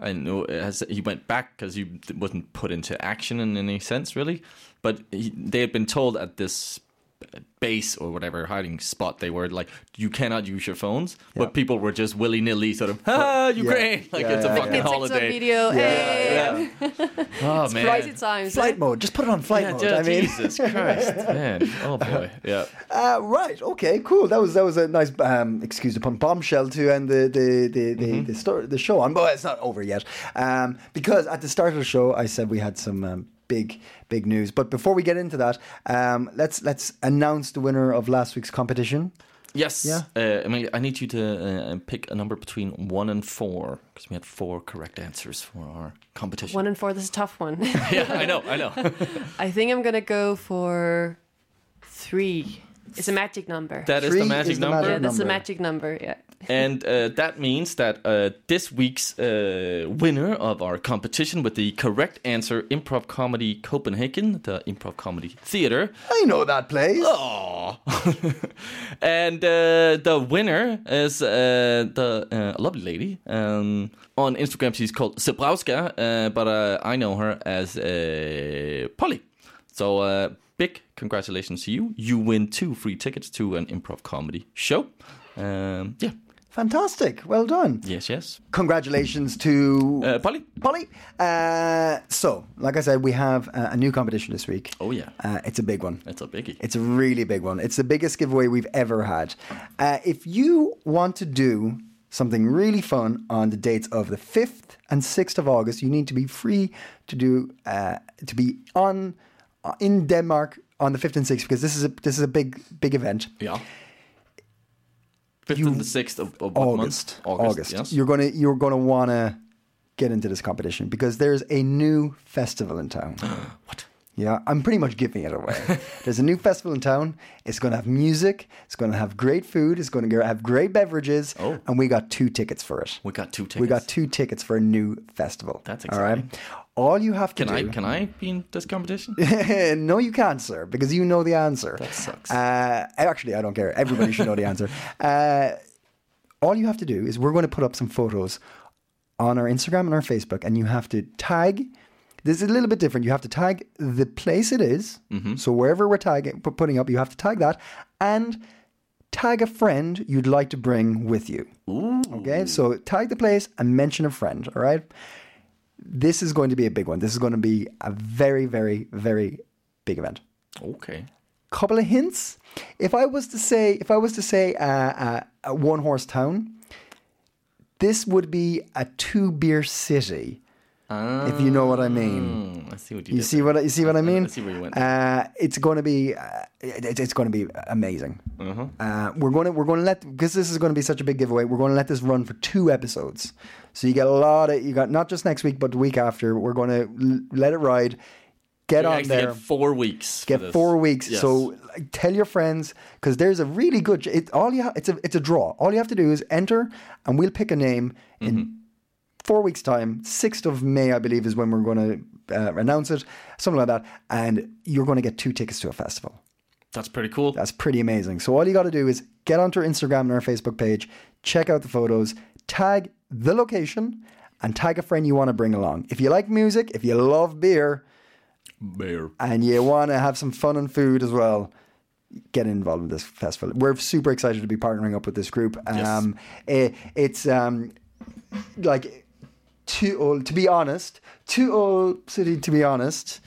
Speaker 3: and who has he went back because he wasn't put into action in any sense really. But he, they had been told at this base or whatever hiding spot they were like you cannot use your phones but people were just willy-nilly sort of
Speaker 2: [LAUGHS]
Speaker 3: ah ukraine [LAUGHS] like
Speaker 2: Yeah,
Speaker 3: it's a
Speaker 2: yeah,
Speaker 3: fucking
Speaker 4: It's like some
Speaker 3: holiday
Speaker 4: video. hey,
Speaker 3: Yeah. oh man
Speaker 4: crazy times.
Speaker 2: flight mode. Just put it on flight
Speaker 3: Yeah,
Speaker 2: mode.
Speaker 3: ju-
Speaker 2: [LAUGHS] I mean,
Speaker 3: [LAUGHS] jesus christ man oh
Speaker 2: [LAUGHS]
Speaker 3: boy yeah
Speaker 2: Uh, right. Okay. Cool. That was that was a nice um, excuse upon bombshell to end the the the the,
Speaker 3: Mm-hmm.
Speaker 2: the, story, the show on. But it's not over yet um, because at the start of the show I said we had some um, big big news. But before we get into that, um, let's let's announce the winner of last week's competition.
Speaker 3: Yes.
Speaker 2: Yeah.
Speaker 3: Uh, I mean, I need you to uh, pick a number between one and four because we had four correct answers for our competition.
Speaker 4: One and four. This is a tough one. [LAUGHS]
Speaker 3: [LAUGHS] yeah, I know, I know.
Speaker 4: I think I'm gonna go for three. It's a magic number.
Speaker 3: That is
Speaker 2: Three
Speaker 3: the magic
Speaker 2: is the
Speaker 3: number,
Speaker 4: yeah, that's a
Speaker 2: number.
Speaker 4: magic number. Yeah.
Speaker 3: and uh, that means that uh, this week's uh, winner of our competition with the correct answer, Improv Comedy Copenhagen, the Improv Comedy Theater,
Speaker 2: I know that place.
Speaker 3: Oh. Aw. [LAUGHS] and uh, the winner is uh, the uh, lovely lady. Um, on Instagram, she's called Sebrowska, uh, but uh, I know her as uh, Polly. So, uh, big congratulations to you. You win two free tickets to an improv comedy show. Um, yeah.
Speaker 2: Fantastic. Well done.
Speaker 3: Yes, yes.
Speaker 2: Congratulations to
Speaker 3: Uh, Polly?
Speaker 2: Polly. Uh, so, like I said, we have a, a new competition this week.
Speaker 3: Oh, yeah.
Speaker 2: Uh, it's a big one.
Speaker 3: That's a biggie.
Speaker 2: It's a really big one. It's the biggest giveaway we've ever had. Uh, if you want to do something really fun on the dates of the 5th and 6th of August, you need to be free to do uh, to be on uh, in Denmark on the 5th and 6th because this is a this is a big big event.
Speaker 3: yeah. 5th and the 6th of, of what
Speaker 2: August.
Speaker 3: month? August. yes.
Speaker 2: You're gonna you're gonna wanna get into this competition because there's a new festival in town.
Speaker 3: [GASPS] What?
Speaker 2: Yeah, I'm pretty much giving
Speaker 3: [LAUGHS]
Speaker 2: it away. There's a new festival in town. It's going to have music. It's going to have great food. It's going to have great beverages.
Speaker 3: Oh.
Speaker 2: And we got two tickets for it.
Speaker 3: We got two tickets.
Speaker 2: We got two tickets for a new festival.
Speaker 3: That's
Speaker 2: All right. All you have to
Speaker 3: Can
Speaker 2: do.
Speaker 3: I can I be in this competition?
Speaker 2: [LAUGHS] no, you can't, sir, because you know the answer. That
Speaker 3: sucks.
Speaker 2: Uh, actually, I don't care. Everybody should know the answer. Uh, all you have to do is we're going to put up some photos on our Instagram and our Facebook, and you have to tag. This is a little bit different. You have to tag the place it is. So wherever we're tagging, pu- putting up, you have to tag that, and tag a friend you'd like to bring with you. Okay, so tag the place and mention a friend. All right this is going to be a big one. This is going to be a very, very, very big event.
Speaker 3: Okay.
Speaker 2: Couple of hints. If I was to say, if I was to say, uh, uh, a one horse town, this would be a two beer city. if you know what I mean.
Speaker 3: Mm, I see what you,
Speaker 2: You
Speaker 3: did
Speaker 2: see
Speaker 3: there.
Speaker 2: what I- you see what I mean?
Speaker 3: see where you went.
Speaker 2: Uh, it's going to be uh, it, it's going to be amazing.
Speaker 3: Uh-huh.
Speaker 2: Uh, we're going to we're going to let because this is going to be such a big giveaway. We're going to let this run for two episodes, so you get a lot of you got not just next week but the week after. We're going to let it ride. Get
Speaker 3: You
Speaker 2: on
Speaker 3: actually
Speaker 2: there.
Speaker 3: get four weeks. for
Speaker 2: Get
Speaker 3: this.
Speaker 2: four weeks.
Speaker 3: Yes.
Speaker 2: So like, tell your friends because there's a really good. ch- It, all you ha- it's a it's a draw. All you have to do is enter, and we'll pick a name
Speaker 3: Mm-hmm.
Speaker 2: in four weeks' time. Sixth of May, I believe, is when we're going to uh, announce it, something like that. And you're going to get two tickets to a festival.
Speaker 3: that's pretty cool.
Speaker 2: That's pretty amazing. So all you got to do is get onto our Instagram and our Facebook page, check out the photos, tag the location, and tag a friend you want to bring along. If you like music, if you love beer
Speaker 3: Bear.
Speaker 2: and you want to have some fun and food as well, get involved with this festival. We're super excited to be partnering up with this group. Um, eh, it's um, like too old to be honest, too old city to be honest.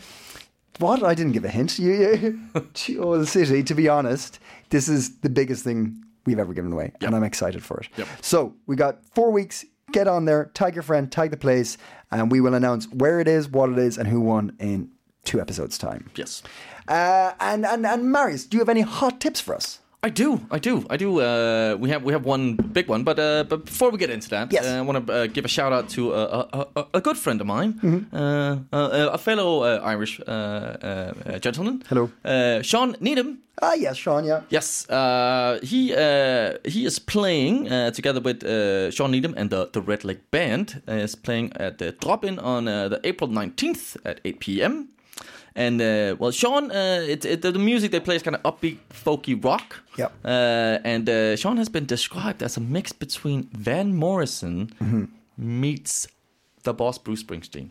Speaker 2: What I didn't give a hint. You, you too old city to be honest. This is the biggest thing we've ever given away, and I'm excited for it. So we got four weeks. Get on there, tag your friend, tag the place, and we will announce where it is, what it is, and who won in two episodes' time.
Speaker 3: Yes.
Speaker 2: Uh, and and and Marius, do you have any hot tips for us?
Speaker 3: I do, I do, I do. Uh, we have we have one big one, but uh, but before we get into that,
Speaker 2: Yes.
Speaker 3: uh, I want to uh, give a shout out to a, a, a, a good friend of mine,
Speaker 2: Mm-hmm.
Speaker 3: uh, a, a fellow uh, Irish uh, uh, gentleman.
Speaker 2: Hello.
Speaker 3: uh, Sean Needham.
Speaker 2: Ah, yes, Sean. Yeah.
Speaker 3: Yes, uh, he uh, he is playing uh, together with uh, Sean Needham and the the Red Lake Band. Uh, is playing at the Drop In on uh, the April nineteenth at eight p.m. And uh, well, Sean, uh, it, it, the the music they play is kind of upbeat, folky rock.
Speaker 2: Yep.
Speaker 3: Uh, and uh, Sean has been described as a mix between Van Morrison
Speaker 2: Mm-hmm.
Speaker 3: meets the boss Bruce Springsteen.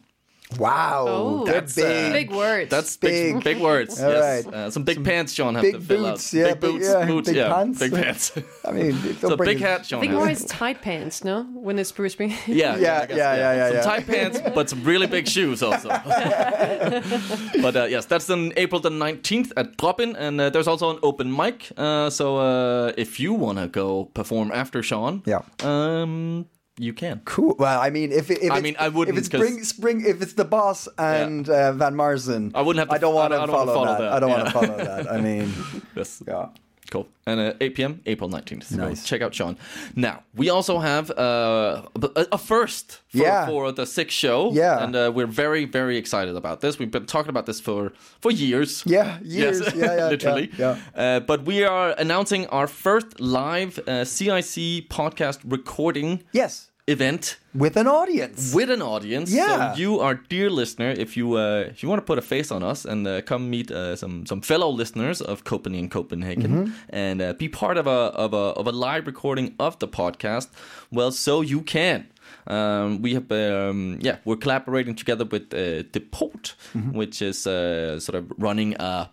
Speaker 2: Wow.
Speaker 4: Oh,
Speaker 2: they're
Speaker 3: That's,
Speaker 2: big.
Speaker 3: uh,
Speaker 4: Big words.
Speaker 3: That's
Speaker 2: Big.
Speaker 3: big, big words.
Speaker 2: All
Speaker 3: yes.
Speaker 2: right.
Speaker 3: Uh, some big pants Sean have
Speaker 2: big
Speaker 3: to fill
Speaker 2: boots,
Speaker 3: out.
Speaker 2: yeah,
Speaker 3: big
Speaker 2: big-
Speaker 3: boots,
Speaker 2: yeah,
Speaker 3: boots,
Speaker 2: big
Speaker 3: yeah,
Speaker 2: pants.
Speaker 3: big pants.
Speaker 2: [LAUGHS] I
Speaker 3: [LAUGHS]
Speaker 2: mean, don't
Speaker 3: so
Speaker 2: bring
Speaker 3: big
Speaker 2: it-
Speaker 3: hat Sean
Speaker 4: I think
Speaker 3: has.
Speaker 4: more is tight pants, no? When it's Bruce Springsteen.
Speaker 3: Yeah,
Speaker 2: Yeah,
Speaker 3: I guess,
Speaker 2: yeah, yeah, yeah,
Speaker 3: Some
Speaker 2: yeah.
Speaker 3: tight
Speaker 2: [LAUGHS]
Speaker 3: pants, but some really big shoes also. but uh, yes, that's on April the 19th at Drop-In, and uh, there's also an open mic. Uh, so uh, if you want to go perform after Sean,
Speaker 2: Yeah.
Speaker 3: um, you can. [LAUGHS]
Speaker 2: Cool. Well, I mean, if, it- if
Speaker 3: I
Speaker 2: it's-
Speaker 3: mean, I wouldn't,
Speaker 2: if it's
Speaker 3: 'cause-
Speaker 2: spring, spring, if it's the boss and uh, Van Morrison,
Speaker 3: I wouldn't have to-
Speaker 2: I don't want
Speaker 3: I
Speaker 2: to
Speaker 3: don't wanna
Speaker 2: follow,
Speaker 3: follow
Speaker 2: that.
Speaker 3: that,
Speaker 2: I don't
Speaker 3: yeah.
Speaker 2: want to follow that. I
Speaker 3: [LAUGHS]
Speaker 2: mean,
Speaker 3: Yes.
Speaker 2: yeah.
Speaker 3: Cool. And uh, 8 p.m. April 19th. So
Speaker 2: Nice.
Speaker 3: check out Sean. Now, we also have uh, a, a first for,
Speaker 2: Yeah.
Speaker 3: for the sixth show.
Speaker 2: Yeah.
Speaker 3: And uh, we're very, very excited about this. We've been talking about this for, for years. [LAUGHS]
Speaker 2: Yeah, years. Yeah, yeah,
Speaker 3: literally.
Speaker 2: yeah,
Speaker 3: Uh, but we are announcing our first live uh, CIC podcast recording
Speaker 2: Yes,
Speaker 3: event
Speaker 2: with an audience.
Speaker 3: with an audience.
Speaker 2: Yeah.
Speaker 3: So you, our dear listener, if you uh, if you want to put a face on us and uh, come meet uh, some some fellow listeners of Copenhagen, Copenhagen,
Speaker 2: Mm-hmm.
Speaker 3: and uh, be part of a of a of a live recording of the podcast, well, so you can. Um, we have, um, yeah, we're collaborating together with uh, Depot,
Speaker 2: Mm-hmm.
Speaker 3: which is uh, sort of running a,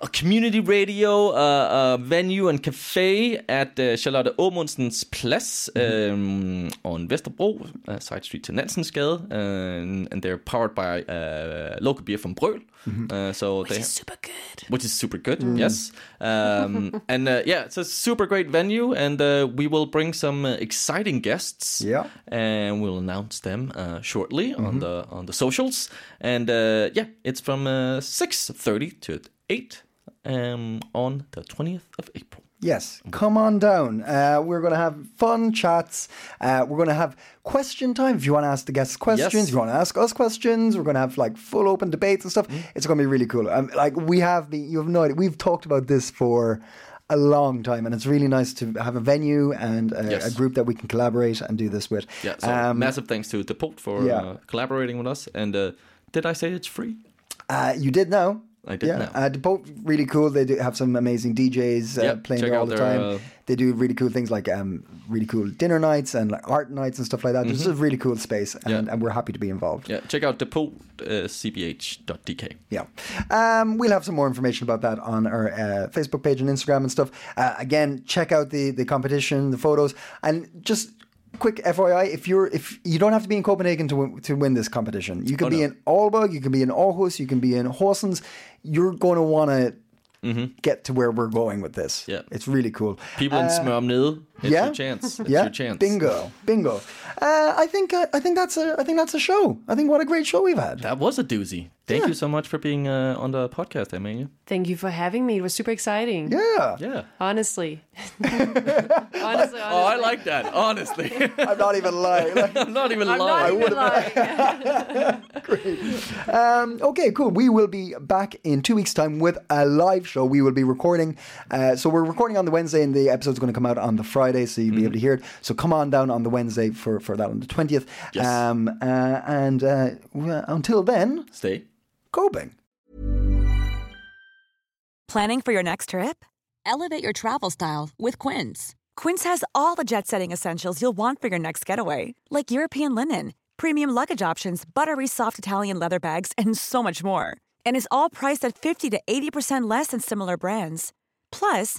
Speaker 3: a community radio uh, uh, venue and cafe at uh, Charlotte Amundsens Plads um, on Vesterbro, uh, side street to Nansensgade, uh, and, and they're powered by uh, local beer from Brøl. Uh, so they
Speaker 4: Super good.
Speaker 3: which is super good.
Speaker 2: Mm.
Speaker 3: Yes,
Speaker 2: [LAUGHS]
Speaker 3: um, and uh, yeah, it's a super great venue, and uh, we will bring some uh, exciting guests.
Speaker 2: Yeah. Mm-hmm.
Speaker 3: and we'll announce them uh, shortly on the on the socials. And uh, yeah, it's from uh, six thirty to eight um, on the twentieth of April.
Speaker 2: Yes, come on down. Uh, we're going to have fun chats. Uh, we're going to have question time if you want to ask the guests questions,
Speaker 3: Yes.
Speaker 2: if you want to ask us questions. We're going to have like full open debates and stuff.
Speaker 3: Mm-hmm.
Speaker 2: It's going to be really cool. Um, like we have been, you have no idea. We've talked about this for a long time, and it's really nice to have a venue and a,
Speaker 3: Yes.
Speaker 2: a group that we can collaborate and do this with.
Speaker 3: Yeah, so
Speaker 2: Um,
Speaker 3: massive thanks to Depot for
Speaker 2: yeah.
Speaker 3: uh, collaborating with us. And uh, did I say it's free?
Speaker 2: Uh, you did know.
Speaker 3: I did
Speaker 2: yeah.
Speaker 3: know.
Speaker 2: Uh, both really cool. They do have some amazing DJs uh,
Speaker 3: Yep,
Speaker 2: playing
Speaker 3: check
Speaker 2: there all
Speaker 3: out
Speaker 2: the
Speaker 3: their,
Speaker 2: time.
Speaker 3: uh,
Speaker 2: They do really cool things like um, really cool dinner nights and like art nights and stuff like that. This is a really cool space, and,
Speaker 3: Mm-hmm. Yeah.
Speaker 2: and we're happy to be involved.
Speaker 3: Yeah, check out uh, depotcbh.dk.
Speaker 2: Yeah. Um, we'll have some more information about that on our uh, Facebook page and Instagram and stuff. Uh, again, check out the the competition, the photos, and just quick FYI: if you're if you don't have to be in Copenhagen to win, to win this competition, you can be
Speaker 3: Oh, no.
Speaker 2: in Aalborg, you can be in Aarhus, you can be in Horsens. You're going to want to. Get to where we're going with this.
Speaker 3: Mm-hmm. Yeah.
Speaker 2: It's really cool. Uh,
Speaker 3: People in Smørmnede, It's
Speaker 2: Yeah.
Speaker 3: your chance. It's
Speaker 2: yeah,
Speaker 3: your chance.
Speaker 2: bingo, bingo. Uh, I think uh, I think that's a I think that's a show. I think what a great show we've had.
Speaker 3: That was a doozy. Thank
Speaker 2: Yeah.
Speaker 3: you so much for being uh, on the podcast, Emmanuel.
Speaker 4: [LAUGHS] Thank you for having me. It was super exciting.
Speaker 2: yeah,
Speaker 3: Yeah.
Speaker 4: Honestly. honestly, honestly.
Speaker 3: Oh, I like that. [LAUGHS] Honestly,
Speaker 2: I'm not even lying.
Speaker 3: [LAUGHS]
Speaker 2: Like,
Speaker 3: I'm not even
Speaker 4: I'm
Speaker 3: lying.
Speaker 4: not even lying.
Speaker 2: Um, okay, cool. We will be back in two weeks' time with a live show. We will be recording. Uh, so we're recording on the Wednesday, and the episode's going to come out on the Friday, so you'll be able to hear it. So come on down on the Wednesday for, for that on the 20th.
Speaker 3: Yes.
Speaker 2: Um, uh, and uh, well, until then,
Speaker 3: Stay.
Speaker 2: coping.
Speaker 5: Planning for your next trip?
Speaker 6: Elevate your travel style with Quince.
Speaker 5: Quince has all the jet setting essentials you'll want for your next getaway, like European linen, premium luggage options, buttery soft Italian leather bags, and so much more. And is all priced at 50 to 80% less than similar brands. Plus,